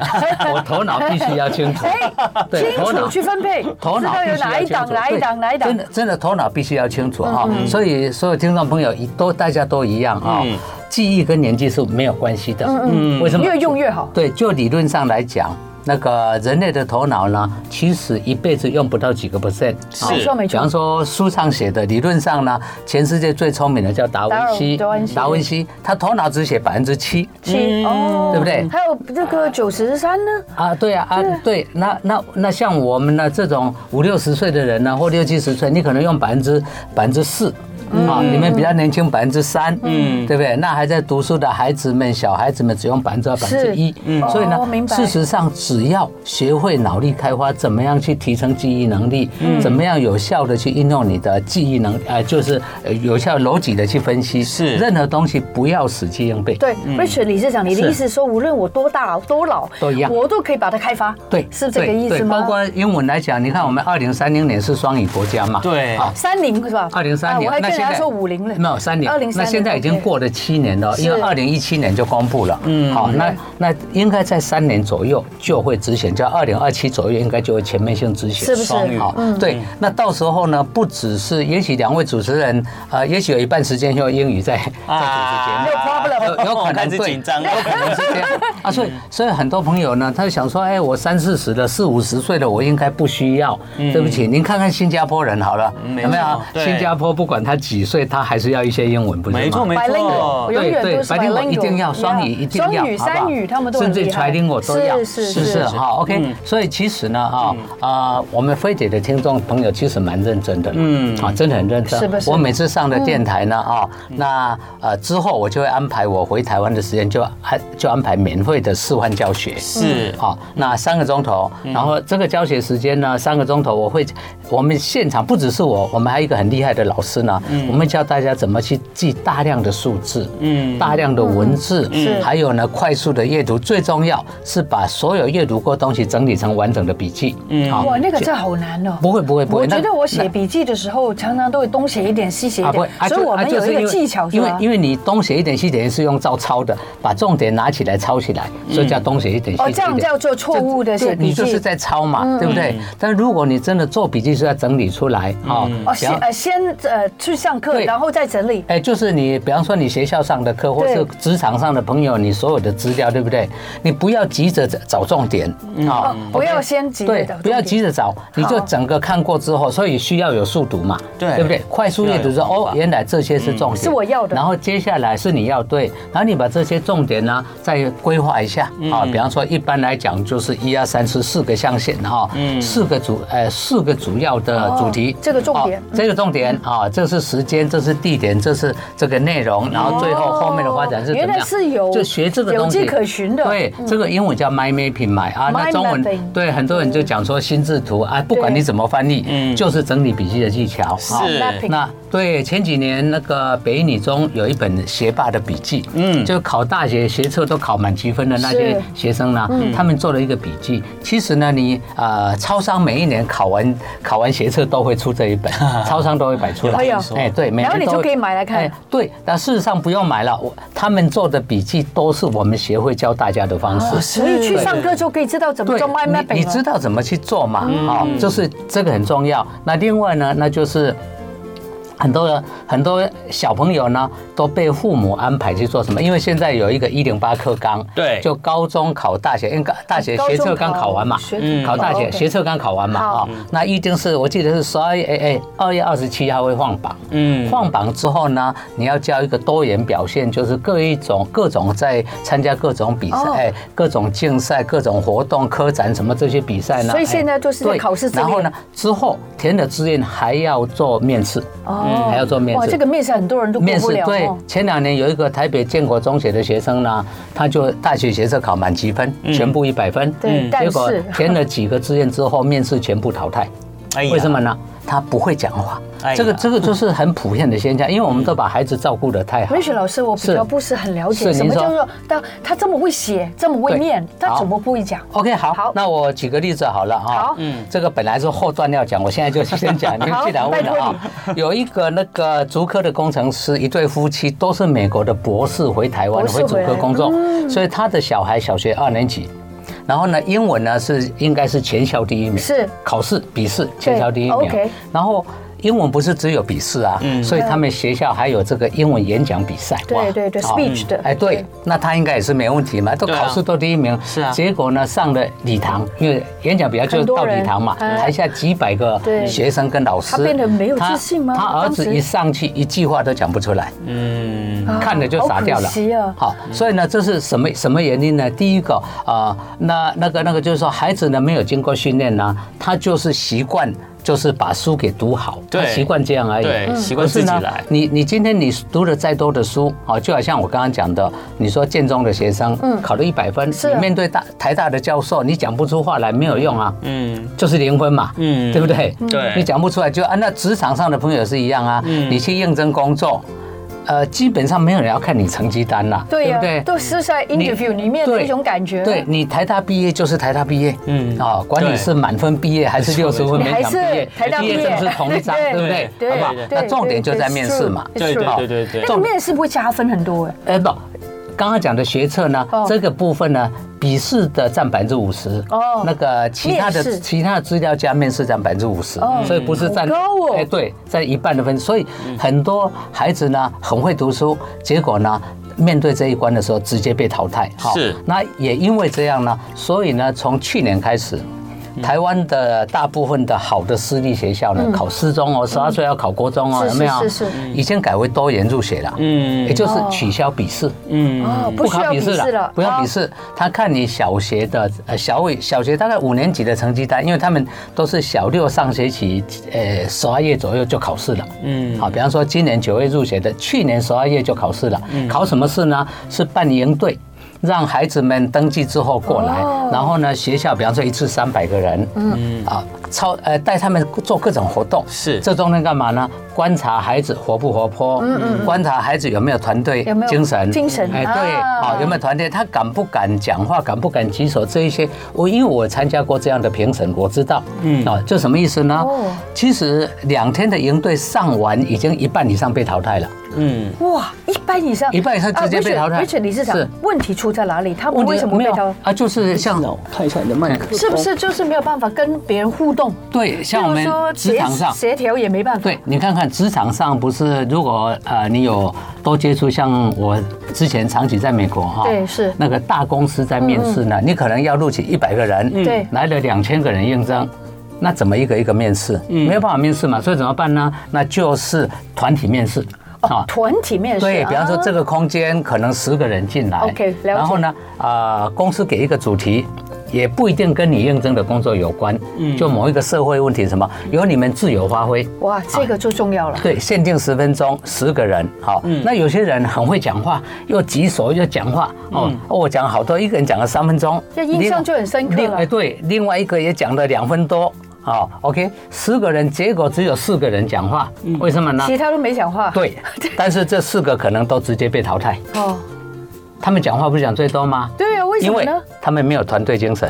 Speaker 3: 我头脑必须要 清楚
Speaker 1: 哎，
Speaker 3: 对
Speaker 1: 清
Speaker 3: 头
Speaker 1: 楚
Speaker 3: 脑
Speaker 1: 去分配，
Speaker 3: 头
Speaker 1: 知
Speaker 3: 脑
Speaker 1: 道
Speaker 3: 必
Speaker 1: 有
Speaker 3: 须要
Speaker 1: 哪一
Speaker 3: 清
Speaker 1: 档
Speaker 3: 楚
Speaker 1: 哪一档
Speaker 3: 对
Speaker 1: 哪一档
Speaker 3: 真。的真的头脑必须要清楚哈、所以所有听众朋友一都大家都一样啊、
Speaker 2: 嗯
Speaker 3: 记忆跟年纪是没有关系的，嗯嗯，为什么？
Speaker 1: 越用越好
Speaker 3: 对，就理论上来讲。那个人类的头脑呢，其实一辈子用不到几个 percent。啊
Speaker 1: 没错没
Speaker 3: 比方
Speaker 1: 错，
Speaker 3: 说书上写的，理论上呢，全世界最聪明的叫达文西。
Speaker 1: 达尔文西
Speaker 3: 达文西，他头脑只写百分之七。
Speaker 1: 七哦
Speaker 3: 嗯对不对
Speaker 1: 还有这个九十三呢，
Speaker 3: 啊，对啊，啊，对，那那那像我们呢这种五六十岁的人呢，或六七十岁，你可能用百分之百分之四。
Speaker 1: 嗯
Speaker 3: 啊，你们比较年轻，百分之三，嗯，对不对？那还在读书的孩子们、小孩子们只用百分之二、百分之一
Speaker 1: 是，嗯
Speaker 3: 所以
Speaker 1: 哦明
Speaker 3: 呢，
Speaker 1: 白
Speaker 3: 事实上只要学会脑力开发，怎么样去提升记忆能力，
Speaker 1: 嗯
Speaker 3: 怎么样有效的去应用你的记忆能，呃，就是呃有效逻辑的去分析，
Speaker 2: 是
Speaker 3: 任何东西不要死记硬背，
Speaker 1: 对，Richard 理事长，你的
Speaker 3: 嗯是
Speaker 1: 意思是说，无论我多大多老，
Speaker 3: 都一样
Speaker 1: 我都可以把它开发，
Speaker 3: 对，
Speaker 1: 是这个意
Speaker 3: 对
Speaker 1: 思
Speaker 3: 对
Speaker 1: 吗？
Speaker 3: 包括英文来讲，你看我们二零三零年是双语国家嘛，
Speaker 2: 对
Speaker 3: 啊。
Speaker 1: 三零是吧？
Speaker 3: 2030
Speaker 1: 啊我还跟人
Speaker 3: 那现在
Speaker 1: 家说五零了，
Speaker 3: 没有三零，
Speaker 1: 2030
Speaker 3: 那现在已经
Speaker 1: OK
Speaker 3: 过了七年了，
Speaker 1: 是
Speaker 3: 因为二零一七年就公布了。嗯，好，那那应该在三年左右就会执行，就二零二七左右应该就会全面性执行。
Speaker 1: 是不嗯是？
Speaker 2: 双语
Speaker 3: 好，对，那到时候呢，不只是，也许两位主持人，呃，也许有一半时间用英语在在主持节目。
Speaker 1: 没有 problem
Speaker 3: 有有可
Speaker 2: 我 开
Speaker 3: 能
Speaker 2: 始
Speaker 3: 对
Speaker 2: 紧张了嗯
Speaker 3: 有。可能是这样啊，所以所以很多朋友呢，他就想说，哎，我三四十了，四五十岁了，我应该不需要。对不起，您看看新加坡人好了，
Speaker 2: 嗯没
Speaker 3: 有没有？
Speaker 2: 错对
Speaker 3: 新加坡不管他几岁，他还是要一些英文，不是吗？
Speaker 2: 没错没
Speaker 1: 白
Speaker 2: 错
Speaker 1: 领我永远都是白
Speaker 3: 哦白
Speaker 1: 领
Speaker 3: 领我一定要双语，一定要，
Speaker 1: 双语、
Speaker 3: 好不好
Speaker 1: 三语，他们都很
Speaker 3: 甚至
Speaker 1: 厉害
Speaker 3: 传令我都要，
Speaker 1: 是是
Speaker 3: 是
Speaker 1: 是嗯
Speaker 3: 是，哈，OK。所以其实呢，啊啊，我们菲姐的听众朋友其实蛮认真的，嗯，啊，真的很认真。
Speaker 1: 是不是嗯
Speaker 3: 我每次上的电台呢，啊，那呃之后我就会安排我回台湾的时间，就安就安排免费的示范教学，
Speaker 2: 是
Speaker 3: 好，那三个钟头，然后这个教学时间呢，三个钟头，我会我们现场不只是我，我们还有一个很厉害的老师呢，我们教大家怎么去记大量的数字，嗯，大量的文字，
Speaker 1: 是
Speaker 3: 还有呢快速的阅读，最重要是把所有阅读过的东西整理成完整的笔记，嗯，好
Speaker 1: 哇，那个真的好难哦。
Speaker 3: 不会不会不会，
Speaker 1: 我觉
Speaker 3: 那
Speaker 1: 得我写笔记的时候，常常都会东写一点，西写一
Speaker 3: 啊不会
Speaker 1: 点，，
Speaker 3: 啊
Speaker 1: 所以
Speaker 3: 就
Speaker 1: 我
Speaker 3: 啊
Speaker 1: 们有
Speaker 3: 就是
Speaker 1: 一
Speaker 3: 因
Speaker 1: 个
Speaker 3: 为
Speaker 1: 技巧，是
Speaker 3: 因为
Speaker 1: 吧？
Speaker 3: 因为你东写一点西点是用照抄的，把重点拿起来抄起来，所以叫东写一点西
Speaker 1: 哦
Speaker 3: 点一点。
Speaker 1: 这样叫做错误的嗯
Speaker 3: 就
Speaker 1: 写
Speaker 3: 对
Speaker 1: 笔
Speaker 3: 你就是
Speaker 1: 记。
Speaker 3: 在抄嘛，对不对？但如果你真的做笔记是要整理出来啊，
Speaker 1: 哦，
Speaker 3: 比
Speaker 1: 先
Speaker 3: 方
Speaker 1: 呃先呃去上课，
Speaker 3: 对
Speaker 1: 然后再整理。
Speaker 3: 哎，就是你，比方说你学校上的课，或
Speaker 1: 对
Speaker 3: 是职场上的朋友，你所有的资料，对不对？你不要急着找重点
Speaker 1: 哦
Speaker 3: 啊
Speaker 1: 不要先急着
Speaker 3: 对
Speaker 1: 找重，
Speaker 3: 不要
Speaker 1: 点
Speaker 3: 急着找，你就整个看过之后，所以需要有速读嘛，
Speaker 2: 对
Speaker 3: 对不对？快速阅读说，
Speaker 2: 要有方啊
Speaker 3: 哦
Speaker 2: 法，
Speaker 3: 原来这些是重点，
Speaker 1: 是我要的
Speaker 3: 然后接下来是你要对，然后你把这些重点呢再规划一下
Speaker 2: 嗯
Speaker 3: 啊，比方说一般来讲就是一二三四四个象限哈，
Speaker 2: 嗯
Speaker 3: 四个主呃四个主要的主题
Speaker 1: 哦，这个重点嗯
Speaker 3: 哦这个重点啊，这是时间，这是地点，这是这个内容，然后最后后面的发展是怎么样？
Speaker 1: 哦原来是有
Speaker 3: 就学这个东西
Speaker 1: 有迹可循的
Speaker 3: 对，这个英文叫 mind mapping 嘛啊，那
Speaker 1: Mind
Speaker 3: 中文
Speaker 1: mapping
Speaker 3: 对很多人就讲说心智图啊，不管你怎么翻
Speaker 1: 嗯
Speaker 3: 译，就是整理笔记的技巧啊。
Speaker 2: 是
Speaker 1: mapping
Speaker 3: 那对前几年那个北一女中有一本学霸的笔记，嗯，就考大学学测都考满积分的那些
Speaker 1: 是嗯
Speaker 3: 学生呢，他们做了一个笔记。其实呢，你呃，超商每一年考完考完学测都会出这 一本，超商都会摆出来。
Speaker 1: 哎呦
Speaker 3: 哎，对，每
Speaker 1: 然后
Speaker 3: 年
Speaker 1: 你
Speaker 3: 都
Speaker 1: 就
Speaker 3: 会
Speaker 1: 可以买来看
Speaker 3: 哎对，但事实上不用买了，我他们做的笔记都是我们协会教大家的方式。
Speaker 1: 所以去上课就可以知道怎么
Speaker 3: 对
Speaker 1: 做 mind
Speaker 3: 你
Speaker 1: mapping
Speaker 3: 你知
Speaker 1: 了。
Speaker 3: 道怎么去做嘛？好、就是这个很重要。那另外呢，那就是。很多人很多小朋友呢都被父母安排去做什么？因为现在有一个一零八课纲，
Speaker 2: 对
Speaker 3: 就高中考大学，因为高大学学测刚考完嘛
Speaker 1: 高中考学，
Speaker 3: 考大
Speaker 1: 嗯
Speaker 3: 学学测刚考完嘛
Speaker 1: 好
Speaker 3: 啊，那一定是我记得是十二月哎哎二月二十七号会放榜，
Speaker 2: 嗯
Speaker 3: 放榜之后呢，你要交一个多元表现，就是各一种各种在参加各种比
Speaker 1: 哦
Speaker 3: 赛、各种竞赛、各种活动、科展什么这些比赛呢。
Speaker 1: 所以现在都是在
Speaker 3: 对
Speaker 1: 考试之
Speaker 3: 然后
Speaker 1: 列
Speaker 3: 呢，之后填了志愿还要做面试，
Speaker 1: 哦
Speaker 3: 还要做嗯面
Speaker 1: 哇，
Speaker 3: 试。
Speaker 1: 这个面试很多人都过
Speaker 3: 面
Speaker 1: 不
Speaker 3: 试
Speaker 1: 了
Speaker 3: 对
Speaker 1: 哦，，
Speaker 3: 前两年有一个台北建国中学的学生呢，他就大学学测考满积分，全部一百分，
Speaker 1: 对但
Speaker 3: 结果
Speaker 1: 是
Speaker 3: 填了几个志愿之后，面试全部淘汰。
Speaker 2: 哎呀
Speaker 3: 为什么呢？他不会讲话
Speaker 2: 哎呀，
Speaker 3: 这个这个就是很普遍的现象，因为我们都把孩子照顾得太好。
Speaker 1: 瑞雪老师，我比
Speaker 3: 是
Speaker 1: 较不是很了解
Speaker 3: 是
Speaker 1: 什么
Speaker 3: 您说
Speaker 1: 叫做他他这么会写，这么会
Speaker 3: 对
Speaker 1: 念，他
Speaker 3: 好
Speaker 1: 怎么不会讲？
Speaker 3: OK，好，
Speaker 1: 好
Speaker 3: 那我举个例子好了啊。
Speaker 1: 好
Speaker 3: 嗯，这个本来是后段要讲，我现在就 先讲。你们既然问了啊，有一个那个竹科的工程师，一对夫妻都是美国的博士回台湾
Speaker 1: 博士
Speaker 3: 回竹
Speaker 1: 回来嗯
Speaker 3: 科工作，所以他的小孩小学二年级。然后呢，英文呢是应该是全校第一名，
Speaker 1: 是
Speaker 3: 考试笔试全校第一
Speaker 1: 对
Speaker 3: 名
Speaker 1: ，OK。
Speaker 3: 然后英文不是只有笔试啊，
Speaker 2: 嗯
Speaker 3: 所以他们学校还有这个英文演讲比赛。
Speaker 1: 对
Speaker 3: 哇
Speaker 1: 对对
Speaker 3: 好
Speaker 1: ，speech 的
Speaker 3: 哎，对，那他应该也是没问题嘛，都
Speaker 2: 对啊
Speaker 3: 考试都第一名。
Speaker 2: 是啊
Speaker 3: 结果呢，上了礼堂，因为演讲比较就是到礼堂嘛，
Speaker 1: 很多人嗯
Speaker 3: 台下几百个
Speaker 1: 对
Speaker 3: 学生跟老师，
Speaker 1: 他变得没有
Speaker 3: 他
Speaker 1: 自信吗
Speaker 3: 他儿
Speaker 1: 当
Speaker 3: 子
Speaker 1: 时
Speaker 3: 一上去，一句话都讲不出来。
Speaker 2: 嗯，
Speaker 1: 啊
Speaker 3: 看了就傻掉了。
Speaker 1: 好可惜啊！
Speaker 3: 好，所以呢，这是什么什么原因呢？第一个啊、呃那那个那个就是说，孩子呢没有经过训练呢，他就是习惯。就是把书给读好，
Speaker 2: 对
Speaker 3: 他习惯这样而已。
Speaker 2: 对习惯
Speaker 3: 可是呢
Speaker 2: 自己来
Speaker 3: 你你今天你读了再多的书，哦，就好像我刚刚讲的，你说建中的学生，考了一百分，
Speaker 1: 嗯是啊
Speaker 3: 你面对大台大的教授，你讲不出话来没有用啊，
Speaker 2: 嗯，
Speaker 3: 就是零分嘛，
Speaker 2: 嗯
Speaker 3: 对不对？
Speaker 2: 对
Speaker 3: 你讲不出来就啊，那职场上的朋友也是一样啊，你去应征工作，呃，基本上没有人要看你成绩单啦，
Speaker 1: 对呀
Speaker 3: 不对，？
Speaker 1: 都是在 interview 里面的
Speaker 3: 对
Speaker 1: 一种感觉。
Speaker 3: 对你台大毕业就是台大毕业，
Speaker 2: 嗯
Speaker 3: 嗯啊，管
Speaker 2: 对
Speaker 3: 你是满分毕业还是六十分
Speaker 1: 错
Speaker 2: 没
Speaker 3: 勉强毕
Speaker 1: 你还是
Speaker 3: 业，
Speaker 1: 台大毕业
Speaker 3: 证是同一张，
Speaker 1: 对
Speaker 3: 对不对？
Speaker 1: 对
Speaker 3: 好不好
Speaker 1: 对？
Speaker 3: 那重点就在面试嘛，
Speaker 1: 对
Speaker 2: It's
Speaker 1: 对
Speaker 2: true
Speaker 1: 对
Speaker 2: 对对对
Speaker 1: 那个面试不会加分很多哎。
Speaker 3: 哎不，刚刚讲的学测呢
Speaker 1: 哦，
Speaker 3: 这个部分呢，笔试的占百分之五十，
Speaker 1: 哦
Speaker 3: 那个其他
Speaker 1: 面试
Speaker 3: 的其他的资料加面试占百分之五十
Speaker 1: 哦，
Speaker 3: 所以不是占
Speaker 1: 好高哦
Speaker 3: 哎对，占一半的分，所以很多孩子呢很会读书，结果呢。面对这一关的时候，直接被淘汰。好
Speaker 2: 是
Speaker 3: 那也因为这样呢，所以呢，从去年开始，台湾的大部分的好的私立学校呢，考私中哦，十二岁要考国中哦，
Speaker 1: 嗯是
Speaker 3: 有没有？
Speaker 1: 是是是
Speaker 3: 已经改为多元入学了。
Speaker 2: 嗯
Speaker 3: 嗯，也就是取消笔试。
Speaker 1: 哦，不
Speaker 3: 嗯不
Speaker 1: 需
Speaker 3: 考
Speaker 1: 要
Speaker 3: 笔
Speaker 1: 笔
Speaker 3: 试
Speaker 1: 试
Speaker 3: 了
Speaker 1: 了，，
Speaker 3: 不要笔
Speaker 1: 哦。
Speaker 3: 试，他看你小学的呃小五小学大概五年级的成绩单，因为他们都是小六上学期呃十二月左右就考试了。嗯，好，比方说今年九月入学的，去年十二月就考试了。
Speaker 1: 嗯
Speaker 3: 考什么试呢？是办营队。让孩子们登记之后过来，
Speaker 1: 哦
Speaker 3: 然后呢，学校比方说一次三百个人，嗯啊，超呃带他们做各种活动，
Speaker 2: 是
Speaker 3: 这中间干嘛呢？观察孩子活不活泼，观察孩子有没有团队
Speaker 1: 嗯有没有
Speaker 3: 精神，
Speaker 1: 精神
Speaker 3: 哎，对，
Speaker 1: 啊
Speaker 3: 啊，有没有团队？他敢不敢讲话？敢不敢举手？这一些，我因为我参加过这样的评审，我知道，嗯，啊，就什么意思呢
Speaker 1: 哦？
Speaker 3: 其实两天的营队上完，已经一半以上被淘汰了。
Speaker 1: 嗯，哇，一半以上，啊
Speaker 3: 一半以上直接被淘汰
Speaker 1: r i c h 理事长
Speaker 3: 是，
Speaker 1: 问题出在哪里？他们为什么
Speaker 3: 没
Speaker 1: 被
Speaker 3: 有
Speaker 1: 淘汰？
Speaker 3: 啊？就是像
Speaker 4: 看一下你的麦克风，
Speaker 1: 是不是就是没有办法跟别人互动？
Speaker 3: 对，像我
Speaker 1: 例
Speaker 3: 们
Speaker 1: 如说
Speaker 3: 职场上，
Speaker 1: 协协调也没办法。
Speaker 3: 对你看看职场上不是，如果呃你有多接触，像我之前长期在美国哈，
Speaker 1: 对是嗯
Speaker 3: 那个大公司在面试呢，你可能要录取一百个人，
Speaker 1: 对
Speaker 3: 来了两千个人应征。那怎么一个一个面试？
Speaker 1: 嗯
Speaker 3: 没有办法面试嘛，所以怎么办呢？那就是团体面试啊
Speaker 1: 哦，团体面试。
Speaker 3: 对，比方说这
Speaker 1: 个
Speaker 3: 个空间可能十个人进来
Speaker 1: OK，了解
Speaker 3: 然后呢，啊，公司给一个主题。也不一定跟你应征的工作有关，
Speaker 1: 嗯
Speaker 3: 就某一个社会问题什么，由你们自由发挥。
Speaker 1: 哇，这个最重要了。
Speaker 3: 对，限定十分钟，十个人。好，
Speaker 1: 嗯
Speaker 3: 那有些人很会讲话，又棘手又讲话。哦，哦我讲好多，一个人讲了三分钟，
Speaker 1: 这印嗯象就很深刻了
Speaker 3: 另哎对，另外一个也讲了两分多。好，OK，十个人，结果只有四个人讲话，为什么呢？
Speaker 1: 嗯其他都没讲话。
Speaker 3: 对， 但是这四个可能都直接被淘汰。
Speaker 1: 哦，
Speaker 3: 他们讲话不是讲最多吗？
Speaker 1: 对啊，为什
Speaker 3: 因
Speaker 1: 么
Speaker 3: 为
Speaker 1: 呢？
Speaker 3: 他们没有团队精神。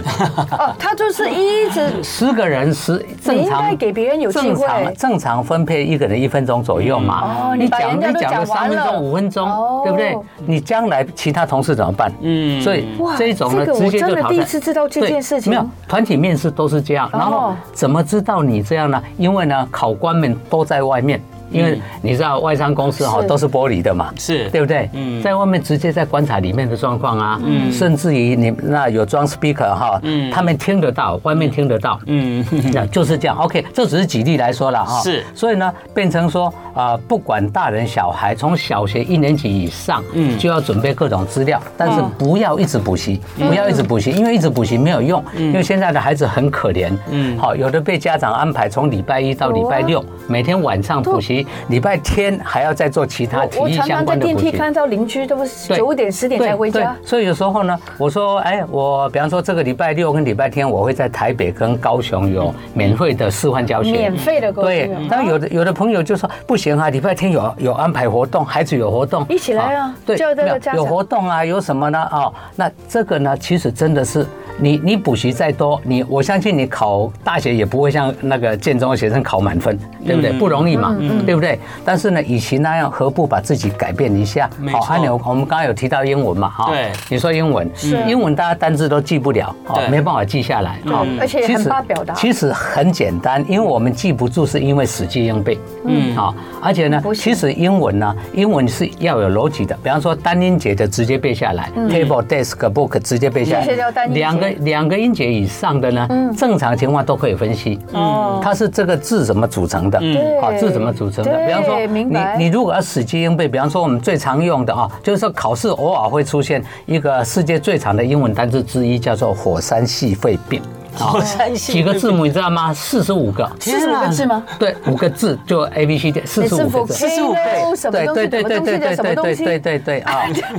Speaker 1: 哦，他就是一直
Speaker 3: 十个人十正
Speaker 1: 你应该
Speaker 3: 常
Speaker 1: 给别人有机会
Speaker 3: 正常正常分配一个人一分钟左右嘛。
Speaker 1: 哦你把人家都
Speaker 3: 个
Speaker 1: 讲完
Speaker 3: 三分
Speaker 1: 了
Speaker 3: 钟五分
Speaker 1: 哦
Speaker 3: 钟，对不对？你将来其他同事怎么办？
Speaker 2: 嗯
Speaker 3: 嗯，所以
Speaker 1: 哇
Speaker 3: 这一种呢
Speaker 1: 这个，我
Speaker 3: 直接
Speaker 1: 真
Speaker 3: 就
Speaker 1: 的
Speaker 3: 淘汰。
Speaker 1: 第一次知道这
Speaker 3: 对
Speaker 1: 件事情哦
Speaker 3: 没有团体面试都是这样，然后怎么知道你这样呢？因为呢，考官们都在外面。因为你知道外商公司哈
Speaker 1: 是
Speaker 3: 都是玻璃的嘛，
Speaker 2: 嗯是
Speaker 3: 对不对？
Speaker 2: 嗯
Speaker 3: 在外面直接在观察里面的状况啊，甚至于你那有装 speaker 哈，他们听得到，外面听得到，
Speaker 2: 嗯，
Speaker 3: 那就是这样。OK，这只是举例来说了哈。
Speaker 2: 是
Speaker 3: 所以呢，变成说啊、呃不管大人小孩，从小学一年级以上，嗯，就要准备各种资料，但
Speaker 1: 嗯
Speaker 3: 是不要一直补习，不要一直补习，因为一直补习没有用，
Speaker 1: 嗯
Speaker 3: 因为现在的孩子很可怜，嗯，好，有的被家长安排从礼拜一到礼拜六，每天晚上补习，礼拜天还要再做其他体
Speaker 1: 我我
Speaker 3: 育
Speaker 1: 常
Speaker 3: 相
Speaker 1: 常在
Speaker 3: 关的
Speaker 1: 电
Speaker 3: 补
Speaker 1: 梯
Speaker 3: 习。
Speaker 1: 看到邻居都是
Speaker 3: 对
Speaker 1: 九点十点才回
Speaker 3: 对
Speaker 1: 家。
Speaker 3: 对所以有时候呢，我说，哎，我比方说这个礼拜六跟礼拜天，我会在台北跟高雄有免费的示范教学，
Speaker 1: 免费的沟通
Speaker 3: 对，但有
Speaker 1: 哦
Speaker 3: 的有的朋友就说不行啊，礼拜天有有安排活动，孩子有活动，哦
Speaker 1: 一起来啊
Speaker 3: 对，
Speaker 1: 叫这个
Speaker 3: 没有
Speaker 1: 家长
Speaker 3: 有活动啊，有什么呢？哦，那这个呢，其实真的是你你补习再多，你我相信你考大学也不会像那个建中的学生考满分，对不对？
Speaker 1: 嗯
Speaker 3: 不容易嘛，对不对？但是呢，与其那样，何不把自己改变一下？哦
Speaker 2: 没错
Speaker 3: 还有我们刚刚有提到英文嘛，哈
Speaker 2: 对
Speaker 3: 你说英文，英文大家单字都记不了，哦
Speaker 2: 对，
Speaker 3: 没办法记下来，哦
Speaker 1: 嗯而且也
Speaker 3: 其
Speaker 1: 很
Speaker 3: 实
Speaker 1: 怕表达
Speaker 3: 其实很简单，因为我们记不住，是因为死记硬背。嗯，好，而且呢
Speaker 1: 不，行
Speaker 3: 其实英文呢，英文是要有逻辑的。比方说单音节的直接背下来，table、desk、book 直接背下
Speaker 1: 这些叫
Speaker 3: 来
Speaker 1: 单，音节嗯
Speaker 3: 两个两个音节以上的呢，正常情况都可以分析。
Speaker 1: 哦
Speaker 3: 它是这个字怎么组成的？
Speaker 1: 对
Speaker 3: 好，字怎么组成的？比方说
Speaker 1: 对明白
Speaker 3: 你你如果要死记硬背，比方说我们最常用的啊，就是说考试偶尔会出现一个世界最长的英文单字之一，叫做火山系肺病。
Speaker 1: 哦
Speaker 2: 好三系
Speaker 3: 几个字母你知道吗？四十五个。
Speaker 1: 四十五个字吗？
Speaker 3: 对，五个字就 A B C D，四
Speaker 1: 你
Speaker 3: 十
Speaker 1: 是
Speaker 3: 五
Speaker 1: 否
Speaker 3: 个字。
Speaker 1: 听
Speaker 2: 45
Speaker 1: 到什么东西？什么东西的什么东西？
Speaker 3: 对对对 啊！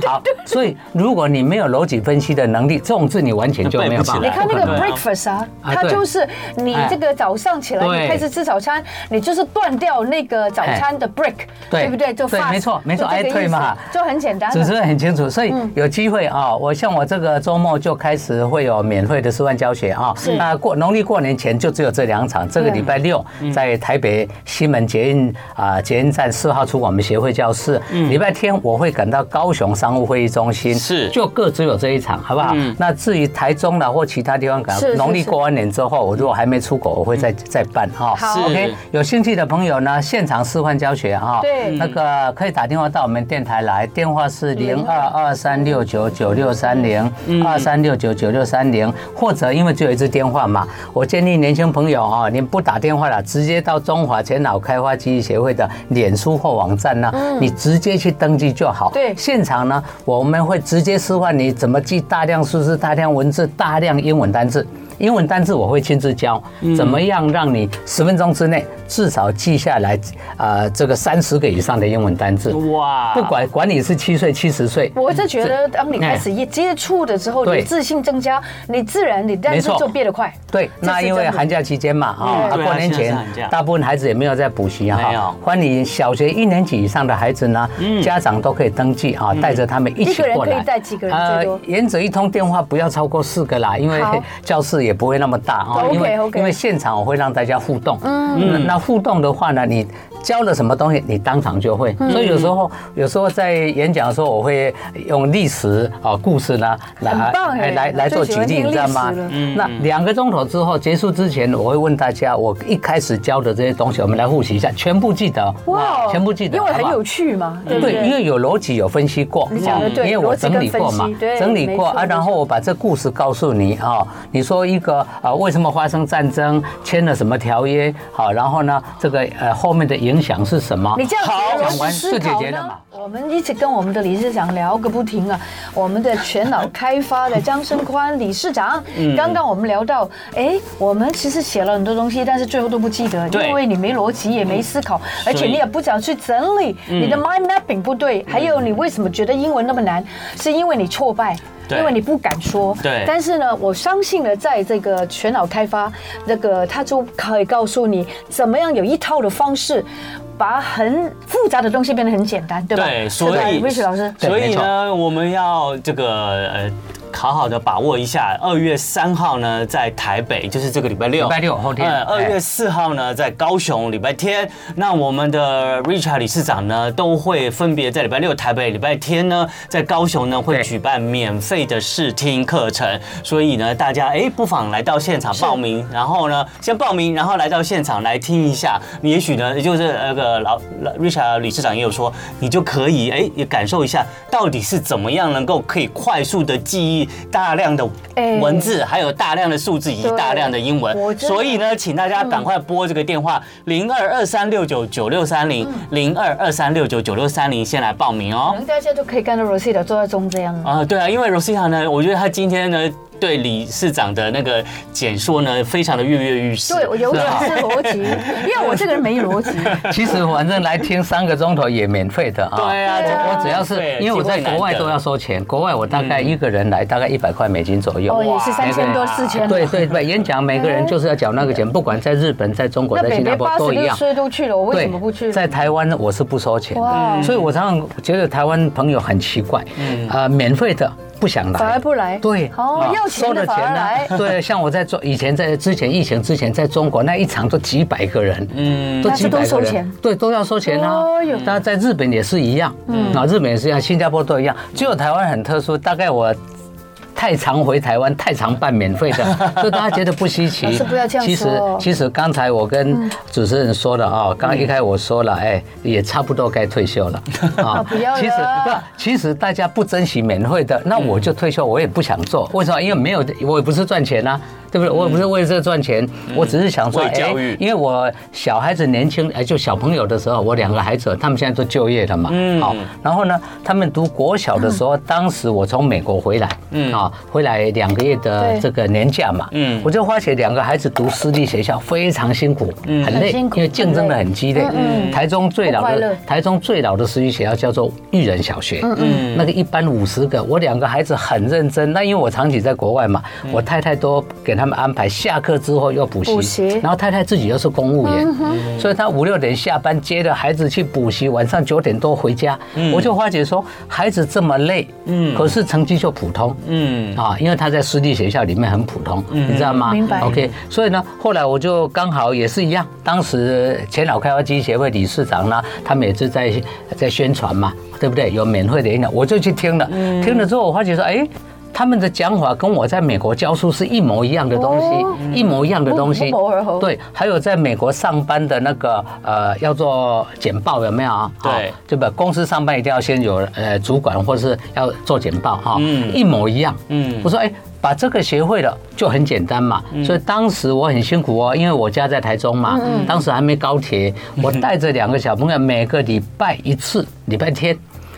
Speaker 3: 好，所以如果你没有逻辑分析的能力，这种字你完全就没有办
Speaker 2: 背不起
Speaker 1: 你
Speaker 2: 来
Speaker 3: 法。
Speaker 1: 看那个
Speaker 2: 不可能啊
Speaker 1: breakfast 啊，
Speaker 3: 啊
Speaker 1: 它
Speaker 3: 对哎
Speaker 1: 就是你这个早上起来，
Speaker 3: 对
Speaker 1: 你开始吃早餐，你就是断掉那个早餐的 break，
Speaker 3: 哎对
Speaker 1: 对不对？就
Speaker 3: 对
Speaker 1: fast，
Speaker 3: 没错没错
Speaker 1: 就这个
Speaker 3: 哎对
Speaker 1: 意思
Speaker 3: 嘛
Speaker 1: 就很简单啊嗯
Speaker 3: 主
Speaker 1: 了。
Speaker 3: 持人很清楚，所以有机会啊，我像我这个周末就开始会有免费的示范教学啊。那过农历过年前就只有这两场，这个礼拜六
Speaker 2: 嗯
Speaker 3: 在台北西门捷运啊捷运站四号出我们协会教室，礼拜天我会赶到高雄商务会议中心，
Speaker 2: 嗯是嗯
Speaker 3: 就各只有这一场，好不好？那至于台中啦或其他地方，赶
Speaker 1: 是是嗯
Speaker 3: 农历过完年之后，我如果还没出国，我会再再办哈。
Speaker 1: 好
Speaker 2: 是
Speaker 3: OK，有兴趣的朋友呢，现场示范教学啊哈。
Speaker 1: 对
Speaker 3: 那个可以打电话到我们电台来，电话是零二二三六九九六三零嗯二三六九九六三零，或者因为只有一支电话嘛，我建议年轻朋友啊，你不打电话了，直接到中华前脑开发记忆协会的脸书或网站呢，你直接去登记就好。
Speaker 1: 对
Speaker 3: 现场呢，我们会直接示范你怎么记大量数字、大量文字、大量英文单字。英文单字我会亲自教，怎么样让你十分钟之内至少记下来，呃，这个三十个以上的英文单字，
Speaker 2: 哇，
Speaker 3: 不管管你是七岁、七十岁，
Speaker 1: 我是觉得，当你开始一接触的之后，
Speaker 3: 哎对
Speaker 1: 你自信增加，你自然你单
Speaker 3: 没
Speaker 1: 字
Speaker 3: 错
Speaker 1: 就变得快。
Speaker 3: 对，
Speaker 1: 这
Speaker 3: 那
Speaker 1: 是
Speaker 3: 因为
Speaker 1: 真的嗯
Speaker 3: 寒假期间嘛，啊，
Speaker 2: 对啊
Speaker 3: 过年
Speaker 2: 现在是
Speaker 3: 前
Speaker 2: 寒假
Speaker 3: 大部分孩子也没有在补习啊
Speaker 2: 没有
Speaker 3: 哈。欢迎小学一年级以上的孩子呢，家长都可以登记啊，带着他们一
Speaker 1: 嗯一
Speaker 3: 起
Speaker 1: 个人
Speaker 3: 过
Speaker 1: 可以
Speaker 3: 来。呃
Speaker 1: 带几个人最多
Speaker 3: 原则一通电话不要超过四个啦，因为
Speaker 1: 好哦
Speaker 3: 教室也不会那么大啊，
Speaker 1: OK，
Speaker 3: 因为
Speaker 1: OK
Speaker 3: 因为现场我会让大家互动，嗯，那互动的话呢，你教了什么东西，你当场就会，
Speaker 1: 嗯
Speaker 3: 所以有时候有时候在演讲的时候，我会用历史啊故事呢来
Speaker 1: 很棒哎
Speaker 3: 来来来做
Speaker 1: 最喜
Speaker 3: 举
Speaker 1: 欢
Speaker 3: 例，
Speaker 1: 听
Speaker 3: 你知道吗
Speaker 1: 历史了？
Speaker 2: 嗯
Speaker 3: 那两个钟头之后结束之前，我会问大家，我一开始教的这些东西，我们来复习一下，全部记得哦，
Speaker 1: 哦
Speaker 3: 全部记得，
Speaker 1: 因为很
Speaker 3: 好不好
Speaker 1: 有趣嘛，对不
Speaker 3: 对，因
Speaker 1: 对？
Speaker 3: 为有逻辑，有分析过，
Speaker 1: 你讲得
Speaker 3: 哦
Speaker 1: 对
Speaker 3: 因为我
Speaker 1: 逻辑跟
Speaker 3: 整理过嘛
Speaker 1: 分析对，
Speaker 3: 整理
Speaker 1: 没
Speaker 3: 过
Speaker 1: 错
Speaker 3: 啊，然后我把这故事告诉你啊、哦你说一个啊，为什么发生战争，签了什么条约，好，然后呢，这个呃后面的影响是什么？
Speaker 1: 你这样子
Speaker 3: 好，
Speaker 1: 逻
Speaker 3: 讲
Speaker 1: 辑
Speaker 3: 完
Speaker 1: 思
Speaker 3: 就解
Speaker 1: 考
Speaker 3: 决了
Speaker 1: 呢
Speaker 3: 嘛。？
Speaker 1: 我们一直跟我们的理事长聊个不停啊。我们的全脑开发的张生宽理事长，
Speaker 3: 嗯
Speaker 1: 刚刚我们聊到，哎，我们其实写了很多东西，但是最后都不记得，
Speaker 2: 对
Speaker 1: 因为你没逻辑，也没思考，
Speaker 3: 嗯
Speaker 1: 而且你也不想去整理，你的 mind mapping 不对。还
Speaker 3: 嗯
Speaker 1: 有你为什么觉得英文那么难？是因为你挫败。
Speaker 2: 对
Speaker 1: 因为你不敢说，
Speaker 2: 对
Speaker 1: 但是呢，我相信呢，在这个全脑开发，那个他就可以告诉你怎么样有一套的方式，把很复杂的东西变得很简单，对吧？
Speaker 2: 对，所
Speaker 1: 对
Speaker 2: 以
Speaker 1: 吧 Rich 老师，
Speaker 3: 对
Speaker 2: 所
Speaker 3: 没
Speaker 2: 以
Speaker 3: 错
Speaker 2: 呢，我们要这个呃。好好的把握一下，二月三号呢在台北，就是这个礼拜六，
Speaker 3: 礼拜六后天
Speaker 2: 嗯，二
Speaker 3: 哎
Speaker 2: 月四号呢在高雄，礼拜天。那我们的 Richard 理事长呢都会分别在礼拜六台北，礼拜天呢在高雄呢会
Speaker 3: 对
Speaker 2: 举办免费的试听课程，所以呢大家哎不妨来到现场报名，然后呢先报名，然后来到现场来听一下，你也许呢也就是那个老老 Richard 理事长也有说，你就可以哎也感受一下到底是怎么样能够可以快速的记忆大量的
Speaker 1: 哎
Speaker 2: 文字，还有大量的数字以及
Speaker 1: 对
Speaker 2: 大量的英文
Speaker 1: 我，真的
Speaker 2: 所以呢。那请大家赶快拨这个电话零二二三六九九六三零零二二三六九九六三零，先来报名哦
Speaker 1: 可。能大家都可以看到 Rosita 坐在中间了。
Speaker 2: 啊，对啊，因为 Rosita 呢，我觉得她今天呢对理事长的那个解说呢，非常的跃跃欲试。
Speaker 1: 对，我有点
Speaker 2: 是吧
Speaker 1: 是逻辑，因为我这个人没 逻辑。
Speaker 3: 其实反正来听三个钟头也免费的啊。
Speaker 2: 对啊
Speaker 1: 对啊
Speaker 3: 我我只要是
Speaker 2: 对啊
Speaker 3: 因为我在国外
Speaker 2: 机会难得嗯
Speaker 3: 都要收钱，国外我大概一个人来大概一百块美金左右。
Speaker 1: 哦，也是
Speaker 2: 哇
Speaker 1: 三千多、
Speaker 2: 那个
Speaker 1: 四千多。
Speaker 3: 对对对，演讲每个人就是要缴那 个钱，不管在日本、在中国、
Speaker 1: 那
Speaker 3: 在
Speaker 1: 北
Speaker 3: 新
Speaker 1: 北
Speaker 3: 加坡
Speaker 1: 八十
Speaker 3: 都一
Speaker 1: 六
Speaker 3: 样。
Speaker 1: 岁都去了，我为
Speaker 3: 对，
Speaker 1: 什么不去？
Speaker 3: 在台湾我是不收钱
Speaker 1: 哇
Speaker 2: 嗯
Speaker 3: 的，所以我常常觉得台湾朋友很奇怪，啊，免费的不想来，
Speaker 1: 反而不来
Speaker 3: 对，
Speaker 1: 哦
Speaker 3: 啊
Speaker 1: 要钱的反而来
Speaker 3: 呢对，像我在中以前在之前疫情之前在中国那一场都几百个人，嗯，都
Speaker 1: 但是
Speaker 3: 几百
Speaker 1: 都收
Speaker 3: 个
Speaker 1: 钱
Speaker 3: 人，对，都要收钱啊
Speaker 1: 哦哟。
Speaker 3: 当然在日本也是一样，嗯，啊，日本也是一样，新加坡都一样，只有台湾很特殊，大概我。太常回台湾，太常办免 费的，所以大家觉得不稀奇。
Speaker 1: 老师不要这样
Speaker 3: 其实
Speaker 1: 说嗯
Speaker 3: 其实刚才我跟主持人说了啊，刚刚一开始我说了，哎，也差不多该退 休了啊
Speaker 1: 不要了
Speaker 3: 其实不，其实大家不珍惜免费的，那我就退休，我也不想
Speaker 1: 嗯
Speaker 3: 做。为什么？因为没有，我也不是赚钱啊，对不对？我也不是为这赚钱，
Speaker 1: 嗯
Speaker 3: 我只是想说，哎
Speaker 2: 为教育
Speaker 3: 因为我小孩子年轻，哎，就小朋友的时候，我两个孩子他们现在都就业了嘛，
Speaker 2: 嗯
Speaker 3: 好，然后呢，他们读国小的时候，当时我从美国回来，嗯啊，回来两个月的
Speaker 1: 对
Speaker 3: 这个年假嘛，
Speaker 2: 嗯
Speaker 3: 嗯，我就发觉两个孩子读私立学校非常辛苦，很累，
Speaker 1: 很辛
Speaker 3: 因
Speaker 1: 苦
Speaker 3: 为竞争的
Speaker 1: 很
Speaker 3: 很激烈。台中最老
Speaker 1: 不快乐
Speaker 3: 的台中最老的私立学校叫做育人小学，嗯，那个一班五十个，我两个孩子很认真。那因为我长期在国外嘛，我太太都给他们安排下课之后要嗯补
Speaker 1: 补
Speaker 3: 习嗯
Speaker 1: 习，
Speaker 3: 然后太太自己又是公务员，所以她五六点下班接着孩子去补习，晚上九点多回家，我就发觉说孩子这么累，嗯，可是成绩就普通，
Speaker 2: 嗯，
Speaker 3: 啊，因为他在私立学校里面很普通，你知道吗？
Speaker 1: 明白
Speaker 3: OK，所以呢，后来我就刚好也是一样，当时前脑开发基金协会理事长呢，他们也是在在宣传嘛，对不对？有免费的演讲，我就去听了，
Speaker 2: 嗯
Speaker 3: 听了之后我发觉说，哎。他们的讲法跟我在美国教书是一模一样的东
Speaker 1: 哦
Speaker 3: 西，一模一样的东西
Speaker 1: 不不谋而合。
Speaker 3: 对，还有在美国上班的那个呃，要做简报有没有啊？
Speaker 2: 对
Speaker 3: 啊对吧？公司上班一定要先有呃主管或是要做简报哈，
Speaker 2: 嗯
Speaker 3: 一模一样。
Speaker 2: 嗯
Speaker 3: 嗯，我说哎、把这个学会了就很简单嘛。
Speaker 1: 嗯
Speaker 3: 所以当时我很辛苦哦，因为我家在台中嘛，
Speaker 1: 嗯
Speaker 3: 当时还没高 铁，我带着两个小朋友，每个礼拜一次，礼拜天。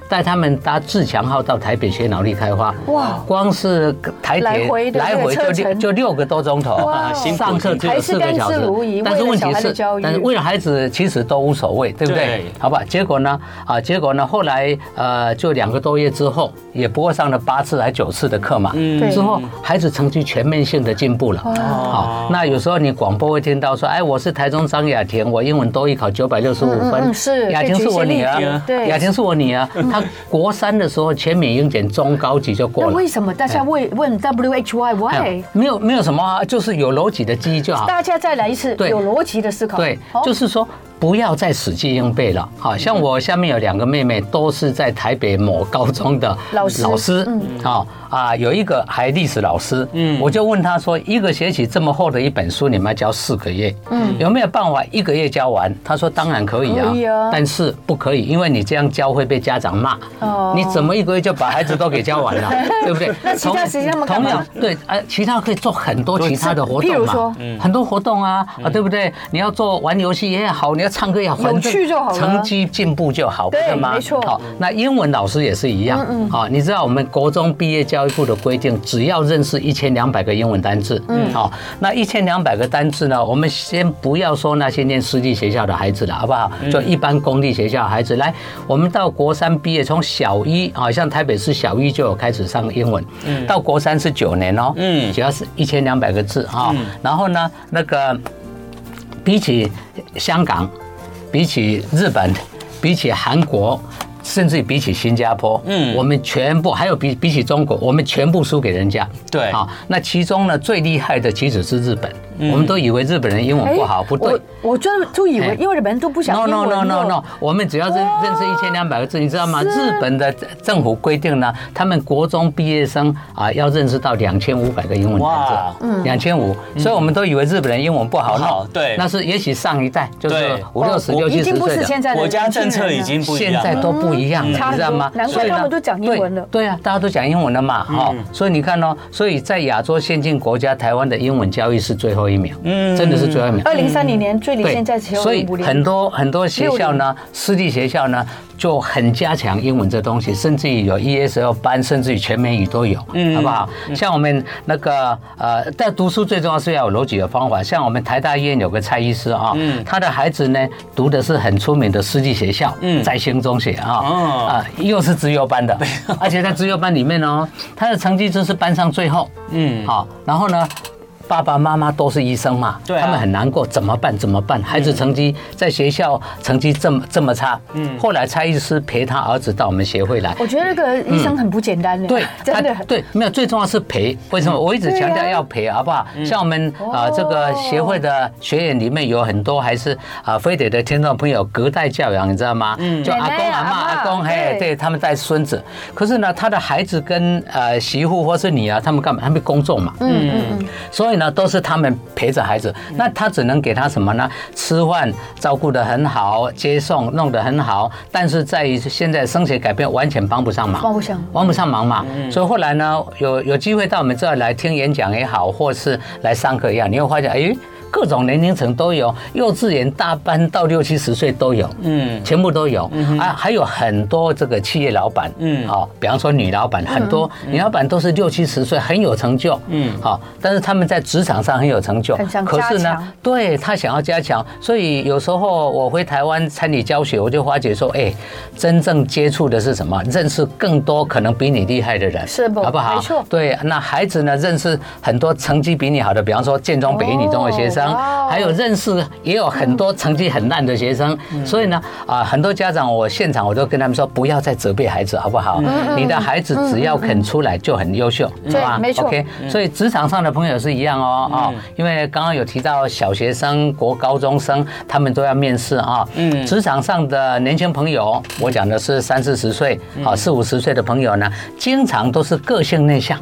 Speaker 3: 带他们搭自强号到台北学脑力开发，
Speaker 1: 哇
Speaker 3: 哇！光是台铁
Speaker 1: 来回的那个
Speaker 3: 来回就
Speaker 1: 车程
Speaker 3: 六就六个多钟头啊
Speaker 1: 哇，
Speaker 2: 辛苦
Speaker 3: 上课只有四个小
Speaker 1: 还是甘之
Speaker 3: 时
Speaker 1: 如饴。
Speaker 3: 但
Speaker 1: 为
Speaker 3: 是
Speaker 1: 了
Speaker 3: 问
Speaker 1: 小
Speaker 3: 题
Speaker 1: 孩的
Speaker 3: 是
Speaker 1: 教育，
Speaker 3: 但是为了孩子其实都无所谓，对不
Speaker 2: 对
Speaker 3: 对？好吧，结果呢，啊，结果呢，后来呃，就两个多月之后，也不过上了八次还九次的课嘛，
Speaker 1: 对
Speaker 3: 之后孩子成绩全面性的进步了。好，那有时候你广播会听到说，哎，我是台中张雅婷，我英文多一考九百六十五
Speaker 1: 嗯嗯
Speaker 3: 分，
Speaker 1: 是
Speaker 3: 雅
Speaker 1: 可以
Speaker 3: 婷
Speaker 1: 举一
Speaker 3: 是
Speaker 1: 些
Speaker 3: 我女
Speaker 1: 例子
Speaker 3: 儿，
Speaker 1: 对
Speaker 3: 雅婷是我女儿，她他国三的时候全免英检中高级就过
Speaker 1: 那
Speaker 3: 了。
Speaker 1: 为什么大家会问 WHY
Speaker 3: 哎
Speaker 1: why？
Speaker 3: 呀没有没有什么啊，就是有逻辑的记忆就好。
Speaker 1: 大家再来一次
Speaker 3: 对
Speaker 1: 有逻辑的思考。
Speaker 3: 对
Speaker 1: 好，嗯
Speaker 3: 就是说不要再死记硬背了。好像我下面有两个妹妹，都是在台北某高中的
Speaker 1: 老师嗯
Speaker 3: 老师，好啊，有一个还历史老师，嗯，我就问他说，一个学期这么厚的一本书，你们要教四个月，嗯，有没有办法一个月教完？他说当然可以啊
Speaker 1: 可以啊，
Speaker 3: 但是不可以，因为你这样教会被家长骂
Speaker 1: 哦，
Speaker 3: 你怎么一个月就把孩子都给教完 了，对不对？
Speaker 1: 那其他时间他们干
Speaker 3: 同
Speaker 1: 嘛
Speaker 3: 样对，呃，其他可以做很多其他的活动嘛，
Speaker 1: 譬如说
Speaker 3: 很多活动啊，啊，对不对？你要做玩游戏也好，你要唱歌也好，
Speaker 1: 有
Speaker 3: 反正
Speaker 1: 趣就好了
Speaker 3: 成绩进步就好，
Speaker 1: 对
Speaker 3: 不是吗？
Speaker 1: 没错嗯
Speaker 3: 好，那英文老师也是一样，好，你知道我们国中毕业教育部的规定，只要认识一千两百个英文单字，嗯，好，那一千两百个单字呢，我们先不要说那些念私立学校的孩子了，好不好？
Speaker 1: 嗯
Speaker 3: 就一般公立学校的孩子，来，我们到国三毕业，从小一，好像台北市小一就有开始上英文，
Speaker 1: 嗯
Speaker 3: 到国三是九年哦，
Speaker 2: 嗯
Speaker 3: 嗯，只要是一千两百个字啊、
Speaker 1: 嗯
Speaker 3: 然后呢，那个比起香港，比起日本，比起韩国。甚至比起新加坡，
Speaker 2: 嗯
Speaker 3: 嗯，我们全部还有比比起中国，我们全部输给人家。
Speaker 2: 对
Speaker 3: 啊，那其中呢最厉害的其实是日本，我们都以为日本人英文不
Speaker 1: 哎
Speaker 3: 好，不对，
Speaker 1: 我我真的就以为
Speaker 3: 哎，
Speaker 1: 因为日本人都不想
Speaker 3: No
Speaker 1: 英
Speaker 3: no
Speaker 1: 文哦
Speaker 3: no no
Speaker 1: 了
Speaker 3: no，我们只要认认识一千两百个字，你知道吗？日本的政府规定呢，他们国中毕业生啊要认识到两千五百个英文
Speaker 2: 哇
Speaker 3: 单
Speaker 1: 嗯
Speaker 3: 词，两千五，所以我们都以为日本人英文不好，
Speaker 2: 不好
Speaker 3: no，
Speaker 2: 对
Speaker 3: 那是也许上一代就是
Speaker 2: 对
Speaker 3: 五六十、六
Speaker 1: 哦已
Speaker 3: 七
Speaker 1: 经
Speaker 3: 十
Speaker 1: 不
Speaker 3: 岁
Speaker 1: 是
Speaker 3: 的。
Speaker 1: 现在的
Speaker 2: 国家
Speaker 1: 年轻
Speaker 2: 政策
Speaker 1: 人
Speaker 2: 已
Speaker 1: 了嗯
Speaker 2: 经不一
Speaker 3: 现
Speaker 2: 样
Speaker 3: 在
Speaker 2: 了。
Speaker 3: 都不一样了，
Speaker 1: 差很多
Speaker 3: 你知道吗？
Speaker 1: 难怪
Speaker 3: 所以呢
Speaker 1: 他们都讲英文了
Speaker 3: 对对啊，大家都讲英文了嘛，哈、所以你看哦，所以在亚洲先进国家，台湾的英文教育是最后一名，嗯，真的是最后一名。
Speaker 1: 二零三零年最离
Speaker 3: 嗯对，
Speaker 1: 现在只有
Speaker 3: 所以
Speaker 1: 五年，
Speaker 3: 很多很多学校呢，私立学校呢就很加强英文这东西，甚至于有 ESL 班，甚至于全美语都有，好不好？像我们那个呃，但读书最重要是要有逻辑的方法。像我们台大医院有个蔡医师啊，他的孩子呢读的是很出名的私立学校，在兴中学啊，
Speaker 2: 哦
Speaker 3: 啊，又是资优班的，而且在资优班里面哦，他的成绩真是班上最后，
Speaker 2: 嗯
Speaker 3: 嗯，好，然后呢？爸爸妈妈都是医生嘛，
Speaker 2: 对啊
Speaker 3: 他们很难过，怎么办？怎么办？孩子成绩在学校成绩这么这么差，嗯，后来蔡医师陪他儿子到我们协会来，
Speaker 1: 我觉得那个医生很不简单的，
Speaker 3: 嗯对，
Speaker 1: 真的嗯
Speaker 3: 他对，没有最重要是陪。为什么？我一直强调要陪，好不好？像我们啊
Speaker 1: 哦
Speaker 3: 这个协会的学员里面有很多还是啊非典的听众朋友隔代教养，你知道吗？就阿
Speaker 1: 奶
Speaker 3: 公
Speaker 1: 奶
Speaker 3: 阿妈
Speaker 1: 阿嬷
Speaker 3: 阿公嘿
Speaker 1: 对，
Speaker 3: 对他们带孙子，可是呢他的孩子跟呃媳妇或是女儿他们干嘛？他们工作嘛，嗯嗯嗯，所以呢都是他们陪着孩子，那他只能给他什么呢？吃饭照顾得很好，接送弄得很好，但是在于现在升学改变完全帮不上忙，
Speaker 1: 帮不上
Speaker 3: 帮不上忙嘛。所以后来呢，有有机会到我们这儿来听演讲也好，或是来上课也好，你会发现，哎，各种年龄层都有，幼稚园大班到六七十岁都有，
Speaker 2: 嗯，
Speaker 3: 全部都有啊，还有很多这个企业老板，
Speaker 2: 嗯
Speaker 3: 嗯，好，比方说女老板，很多
Speaker 1: 嗯
Speaker 3: 女老板都是六七十岁，很有成就，
Speaker 2: 嗯
Speaker 3: 嗯，好，但是他们在职场上很有成就
Speaker 1: 很想，
Speaker 3: 可是
Speaker 1: 加
Speaker 3: 呢
Speaker 1: 强，
Speaker 3: 对他想要加强，所以有时候我回台湾参与教学，我就发觉说，哎，真正接触的是什么？认识更多可能比你厉害的人，
Speaker 1: 是不
Speaker 3: 好不好？
Speaker 1: 没错
Speaker 3: 对，那孩子呢，认识很多成绩比你好的，比方说建中、北一女中的学生
Speaker 1: 哦哇哦，
Speaker 3: 还有认识也有很多成绩很烂的学生，
Speaker 1: 嗯
Speaker 3: 所以呢，啊，很多家长我现场我都跟他们说，不要再责备孩子，好不
Speaker 1: 嗯
Speaker 3: 好？你的孩子只要肯出来就很优秀，啊
Speaker 1: 对没错嗯
Speaker 3: OK，所以职场上的朋友是一样哦，哦，因为刚刚有提到小学生、国高中生，他们都要面试啊。嗯，职场上的年轻朋友，我讲的是三四十岁，
Speaker 1: 嗯
Speaker 3: 啊，四五十岁的朋友呢，经常都是个性内 向。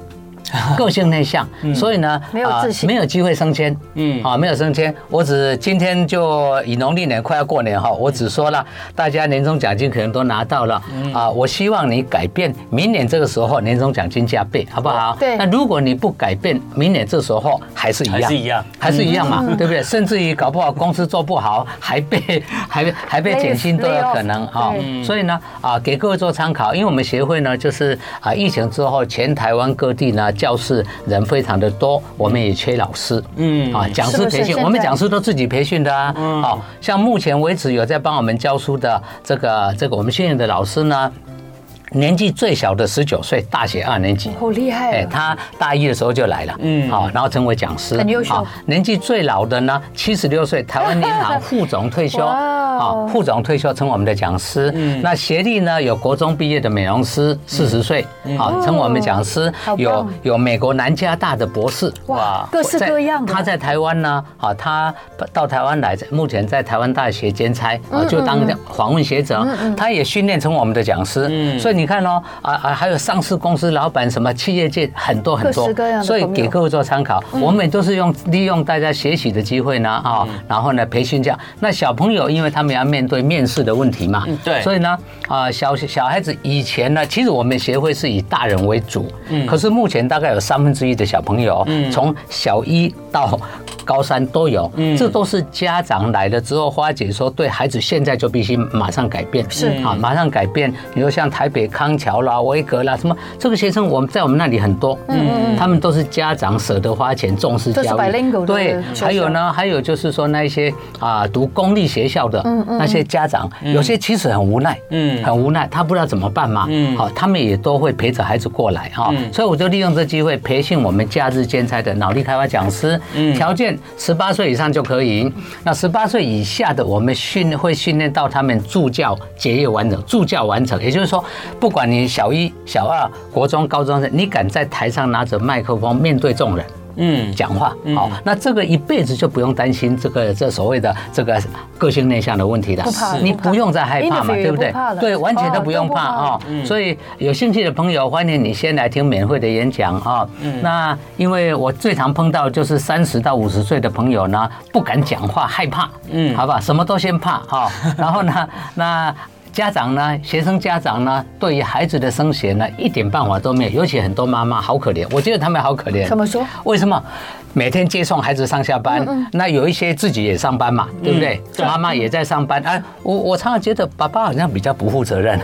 Speaker 3: 个性内向，所以呢，
Speaker 1: 嗯没有
Speaker 3: 啊
Speaker 1: 自信
Speaker 3: 没有机会升迁，
Speaker 2: 嗯
Speaker 3: 嗯，啊，没有升迁。我只今天就以农历年快要过年哈，我只说了，大家年终奖金可能都拿到了，
Speaker 2: 嗯
Speaker 3: 啊，我希望你改变，明年这个时候年终奖金加倍，好不好？
Speaker 1: 对
Speaker 3: 那如果你不改变，明年这时候还是一样，
Speaker 2: 还是一样嗯
Speaker 3: 还是一样嘛，对不对？甚至于搞不好公司做不好，还被还还被
Speaker 1: Lay-
Speaker 3: 减薪都有
Speaker 1: lay off，
Speaker 3: 可能啊
Speaker 1: 对。
Speaker 3: 所以呢，啊，给各位做参考，因为我们协会呢，就是啊，疫情之后，全台湾各地呢，教室人非常的多，我们也缺老师，
Speaker 2: 嗯
Speaker 3: 嗯，啊，讲
Speaker 1: 是
Speaker 3: 师
Speaker 1: 不是
Speaker 3: 培训，
Speaker 1: 现
Speaker 3: 我们
Speaker 1: 在嗯
Speaker 3: 讲师都自己培训的啊，哦，像目前为止有在帮我们教书的这个这个我们训练的老师呢。年纪最小的十九岁，大学二年级。
Speaker 1: 好厉害
Speaker 3: 哎，
Speaker 1: 哦，
Speaker 3: 他大一的时候就来了，嗯，好，然后成为讲师，
Speaker 1: 很优秀
Speaker 3: 好年纪最老的呢，七十六岁，台湾银 行副总退休，
Speaker 1: 哇哦
Speaker 3: 啊，副总退休成我们的讲师。那学历呢，有国中毕业的美容师，四十岁，啊，成我们讲师
Speaker 1: 哦好。棒
Speaker 3: 有有美国南加大的博士，
Speaker 1: 哇，各式
Speaker 3: 在
Speaker 1: 各样的。
Speaker 3: 他在台湾呢，啊，他到台湾来，目前在台湾大学兼差
Speaker 1: 嗯
Speaker 3: 啊，就当访问学者。他也训练成我们的讲
Speaker 1: 嗯
Speaker 3: 师，所以你看哦，啊啊，还有上市公司老板，什么企业界很多很
Speaker 1: 各
Speaker 3: 多
Speaker 1: 式各样，的
Speaker 3: 所以
Speaker 1: 朋友嗯
Speaker 3: 给各位做参考。我们也都是用利用大家学习的机会呢，啊，然后呢培训这样。那小朋友，因为他们要面对面试的问题嘛
Speaker 2: 嗯，对
Speaker 3: 所以呢，啊，小小孩子以前呢，其实我们协会是以大人为主，
Speaker 1: 嗯
Speaker 3: 可是目前大概有三分之一的小朋友，从小一到高三都有，
Speaker 1: 嗯
Speaker 3: 这都是家长来了之后花姐说，对孩子现在就必须马上改变，
Speaker 1: 是
Speaker 3: 啊，马上改变。比如像台北康桥啦、维格啦，什么这个学生，我们在我们那里很多，嗯，他们都是家长舍得花钱，重视
Speaker 1: 都是
Speaker 3: 教
Speaker 1: bilingual 的
Speaker 3: 育，对，
Speaker 1: 学
Speaker 3: 还有
Speaker 1: 校
Speaker 3: 呢。呢，还有就是说那一些啊读公立学校的那些家长，有些其实很无奈，
Speaker 2: 嗯
Speaker 3: 嗯，很无奈，他不知道怎么办嘛，
Speaker 2: 嗯
Speaker 3: 嗯，好，他们也都会陪着孩子过来哈，所以我就利用这机会培训我们假日兼差的脑力开发讲师，条件十八岁以上就可以，那十八岁以下的我们训会训练到他们助教结业完成，助教完成，也就是说，不管你小一、小二、国中、高中生，你敢在台上拿着麦克风面对众人。
Speaker 2: 嗯，
Speaker 3: 讲话，好，那这个一辈子就不用担心这个这所谓的这个个性内向的问题了，
Speaker 1: 不怕
Speaker 3: 你
Speaker 1: 不怕
Speaker 3: 不用再害怕嘛，
Speaker 1: Interview 也
Speaker 3: 对不对
Speaker 1: 不怕了？
Speaker 3: 对，完全都不用怕
Speaker 1: 哦
Speaker 3: 啊。
Speaker 2: 嗯
Speaker 3: 所以有兴趣的朋友，欢迎你先来听免费的演讲啊。
Speaker 2: 嗯
Speaker 3: 那因为我最常碰到就是三十到五十岁的朋友呢，不敢讲话，害怕，嗯，好吧，什么都先怕 哈。然后呢，那。家长呢，学生家长呢，对于孩子的升学呢，一点办法都没有，尤其很多妈妈好可怜，我觉得他们好可怜。
Speaker 1: 怎么说？
Speaker 3: 为什么？每天接送孩子上下班，那有一些自己也上班嘛，对不对？妈妈也在上班，哎，我我常常觉得爸爸好像比较不负责任，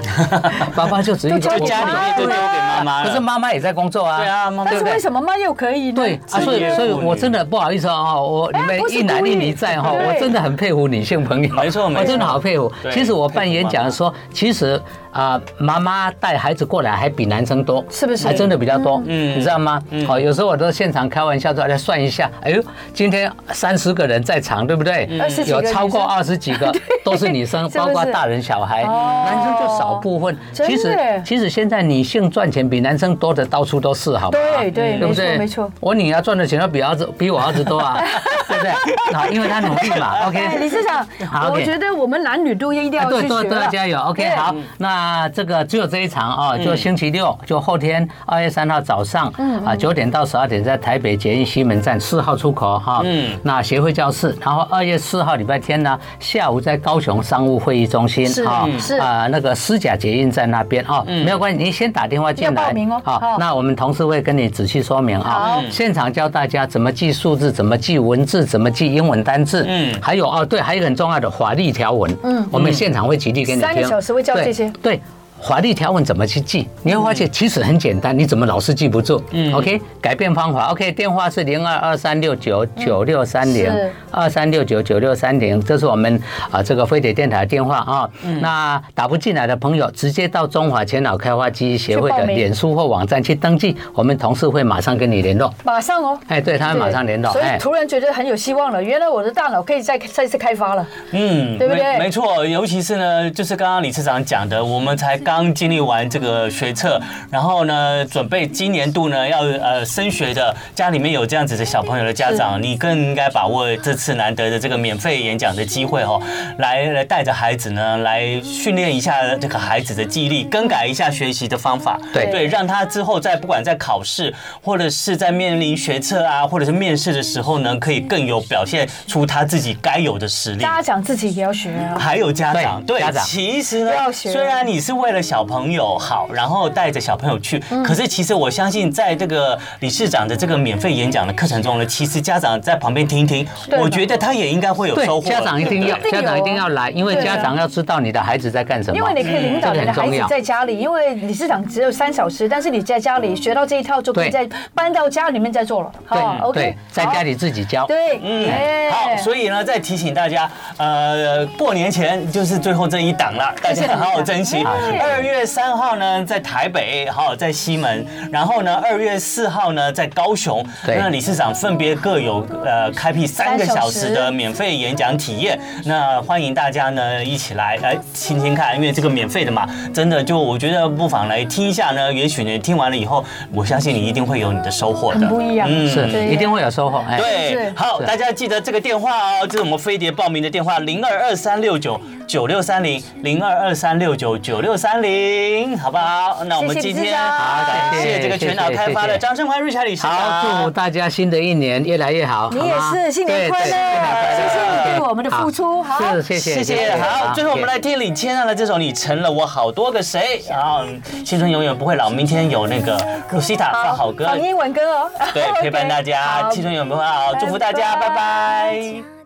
Speaker 3: 爸爸就只有
Speaker 1: 就
Speaker 2: 就家里面就丢给妈妈了。
Speaker 3: 可是妈妈也在工作啊，
Speaker 2: 对啊，妈妈
Speaker 1: 但
Speaker 3: 对
Speaker 1: 是
Speaker 3: 不对
Speaker 1: 为什么妈又可以呢？
Speaker 3: 对啊，所
Speaker 2: 职业
Speaker 3: 以
Speaker 2: 妇
Speaker 3: 所以，我
Speaker 2: 女
Speaker 3: 真的不好意思哦，我
Speaker 1: 哎
Speaker 3: 你们
Speaker 1: 不是
Speaker 3: 一男
Speaker 1: 故意
Speaker 3: 一女在哈，
Speaker 1: 对
Speaker 3: 我真的很佩服女性朋友，
Speaker 2: 没错没错
Speaker 3: 我真的好佩服
Speaker 2: 对。
Speaker 3: 其实我办演讲的时候，其实啊，妈妈带孩子过来还比男生多，
Speaker 1: 是不是
Speaker 3: 还真的比较多，
Speaker 2: 嗯
Speaker 3: 你知道吗？好，有时候我都现场开玩笑说来算一下，哎呦，今天三十个人在场，对不对
Speaker 1: 嗯20几？个
Speaker 3: 有超过
Speaker 1: 女生
Speaker 3: 二十几 个都是女生，
Speaker 1: 是不
Speaker 3: 包括
Speaker 1: 是
Speaker 3: 大人小孩，
Speaker 1: 哦
Speaker 3: 男生就少部分。
Speaker 1: 真的
Speaker 3: 其实
Speaker 1: 耶
Speaker 3: 其实现在女性赚钱比男生多的到处都是，好吗？
Speaker 1: 对对，
Speaker 3: 对
Speaker 1: 没
Speaker 3: 不
Speaker 1: 错
Speaker 3: 对？
Speaker 1: 没错。
Speaker 3: 我女儿赚的钱要比儿子比我儿子 多啊，对不对？好，因为她努力嘛。
Speaker 1: 哎，理
Speaker 3: OK。
Speaker 1: 事长
Speaker 3: 好，
Speaker 1: 我
Speaker 3: OK 哎
Speaker 1: 觉得我们男女都一定要
Speaker 3: 对
Speaker 1: 去
Speaker 3: 对
Speaker 1: 学
Speaker 3: 对，
Speaker 1: 了。
Speaker 3: 加油！OK，
Speaker 1: 啊对嗯
Speaker 3: 好，那这个只有这一场啊，就星期六，就后天二月三号早上，
Speaker 1: 嗯
Speaker 3: 啊九点到十二点在台北捷运西门站四号出口哈，
Speaker 2: 嗯
Speaker 3: 那协会教室，然后二月四号礼拜天呢下午在高雄商务会议中心
Speaker 1: 是
Speaker 3: 啊
Speaker 1: 嗯，是嗯
Speaker 3: 啊那个施甲捷运站那边啊，没有关系，您先打电话进
Speaker 1: 要
Speaker 3: 来
Speaker 1: 报名哦好
Speaker 3: 好，那我们同事会跟你仔细说明啊
Speaker 1: 好，
Speaker 3: 现场教大家怎么记数字，怎么记文字，怎么记英文单字，
Speaker 2: 嗯
Speaker 3: 嗯，还有哦，对，还有一个很重要的法律条文，嗯，我们现场会极力给你听，
Speaker 1: 三个小时会教这些
Speaker 3: 对。对法律条文怎么去记？你会发现其实很简单，你怎么老是记不住、o k 改变方法，OK，电话是零二二三六九九六三零
Speaker 1: 嗯是
Speaker 3: 二三六九九六三零，这是我们啊这个飞碟电台的电话啊。那打不进来的朋友，直接到中华前脑开发记忆协会
Speaker 1: 去
Speaker 3: 的
Speaker 1: 报名
Speaker 3: 脸书或网站去登记，我们同事会马上跟你联络。
Speaker 1: 马上哦。
Speaker 3: 哎，对，他们马上联络。
Speaker 1: 所以
Speaker 3: 哎
Speaker 1: 突然觉得很有希望了。原来我的大脑可以再再次开发了。
Speaker 2: 嗯，
Speaker 1: 对不对
Speaker 2: 没没错，尤其是呢，就是刚刚理事长讲的，我们才刚经历完这个学测，然后呢，准备今年度呢要呃升学的，家里面有这样子的小朋友的家长，你更应该把握这次难得的这个免费演讲的机会哦，来来带着孩子呢来训练一下这个孩子的记忆力，更改一下学习的方法，
Speaker 3: 对
Speaker 2: 对，让他之后在不管在考试或者是在面临学测啊，或者是面试的时候呢，可以更有表现出他自己该有的实力。
Speaker 1: 家长自己也要学啊。
Speaker 2: 还有家长，
Speaker 3: 对
Speaker 2: 对，
Speaker 3: 家长
Speaker 2: 其实呢
Speaker 1: 不要，学
Speaker 2: 虽然你是为了小朋友好，然后带着小朋友去，
Speaker 3: 嗯
Speaker 2: 可是其实我相信，在这个理事长的这个免费演讲的课程中呢，其实家长在旁边听一听，
Speaker 1: 对
Speaker 2: 我觉得他也应该会有收获。
Speaker 3: 对，家长一定要
Speaker 1: 对，
Speaker 3: 家长一定要来，因为
Speaker 1: 对啊
Speaker 3: 家长要知道你的孩子在干什么。
Speaker 1: 因为你可以领导你
Speaker 3: 这个
Speaker 1: 的孩
Speaker 3: 很重
Speaker 1: 子
Speaker 3: 要
Speaker 1: 在家里，因为理事长只有三小时，但是你在家里学到这一套，就可以在
Speaker 3: 对
Speaker 1: 搬到家里面再做了。好
Speaker 3: 对
Speaker 1: ，OK，
Speaker 3: 对，在家里自己教
Speaker 1: 好。。对，
Speaker 2: 嗯
Speaker 1: 哎
Speaker 2: 好，所以呢，再提醒大家，呃，过年前就是最后这一档了，大
Speaker 1: 这一
Speaker 2: 家
Speaker 1: 档
Speaker 2: 好好珍惜
Speaker 1: 哎。
Speaker 2: 二月三号呢，在台北，好，在西门，然后呢，二月四号呢，在高雄，
Speaker 3: 对
Speaker 2: 那理事长分别各有呃开辟三个小时的免费演讲体验，那欢迎大家呢一起来来听听看，因为这个免费的嘛，真的就我觉得不妨来听一下呢，也许呢听完了以后，我相信你一定会有你的收获的，
Speaker 1: 很不一样
Speaker 2: 嗯
Speaker 1: 是
Speaker 3: 是一定会有收获。哎，
Speaker 2: 对
Speaker 1: 是，
Speaker 2: 好，
Speaker 3: 是
Speaker 2: 大家记得这个电话哦，这是我们飞碟报名的电话，零二二三六九九六三零，零二二三六九九六三零，好不好？那我们
Speaker 1: 谢谢
Speaker 2: 今
Speaker 1: 理事
Speaker 2: 天
Speaker 1: 长
Speaker 2: 好，感
Speaker 3: 谢
Speaker 2: 谢
Speaker 3: 谢
Speaker 2: 这个全脑开发
Speaker 3: 谢
Speaker 2: 的
Speaker 3: 谢
Speaker 2: 张胜欢瑞凯理事长，
Speaker 3: 好，祝福大家新的一年越来越好。
Speaker 1: 你也
Speaker 3: 好吗
Speaker 1: 是新年
Speaker 3: 对
Speaker 1: 快乐，
Speaker 3: 对新年快乐
Speaker 1: 谢谢你对我们的付出，好，
Speaker 3: 是，谢谢，
Speaker 2: 谢谢。好，最后我们来听李千娜的这首《你成了我好多个谁》，然后青春永远不会老。明天有那个 Rosita 放好歌，
Speaker 1: 放英文歌哦，
Speaker 2: 对，陪伴大
Speaker 1: OK，
Speaker 2: 家，
Speaker 1: 好
Speaker 2: 青春永远不会老，祝福大家，拜
Speaker 1: 拜拜
Speaker 2: 拜。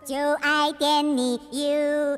Speaker 4: 就爱点你 U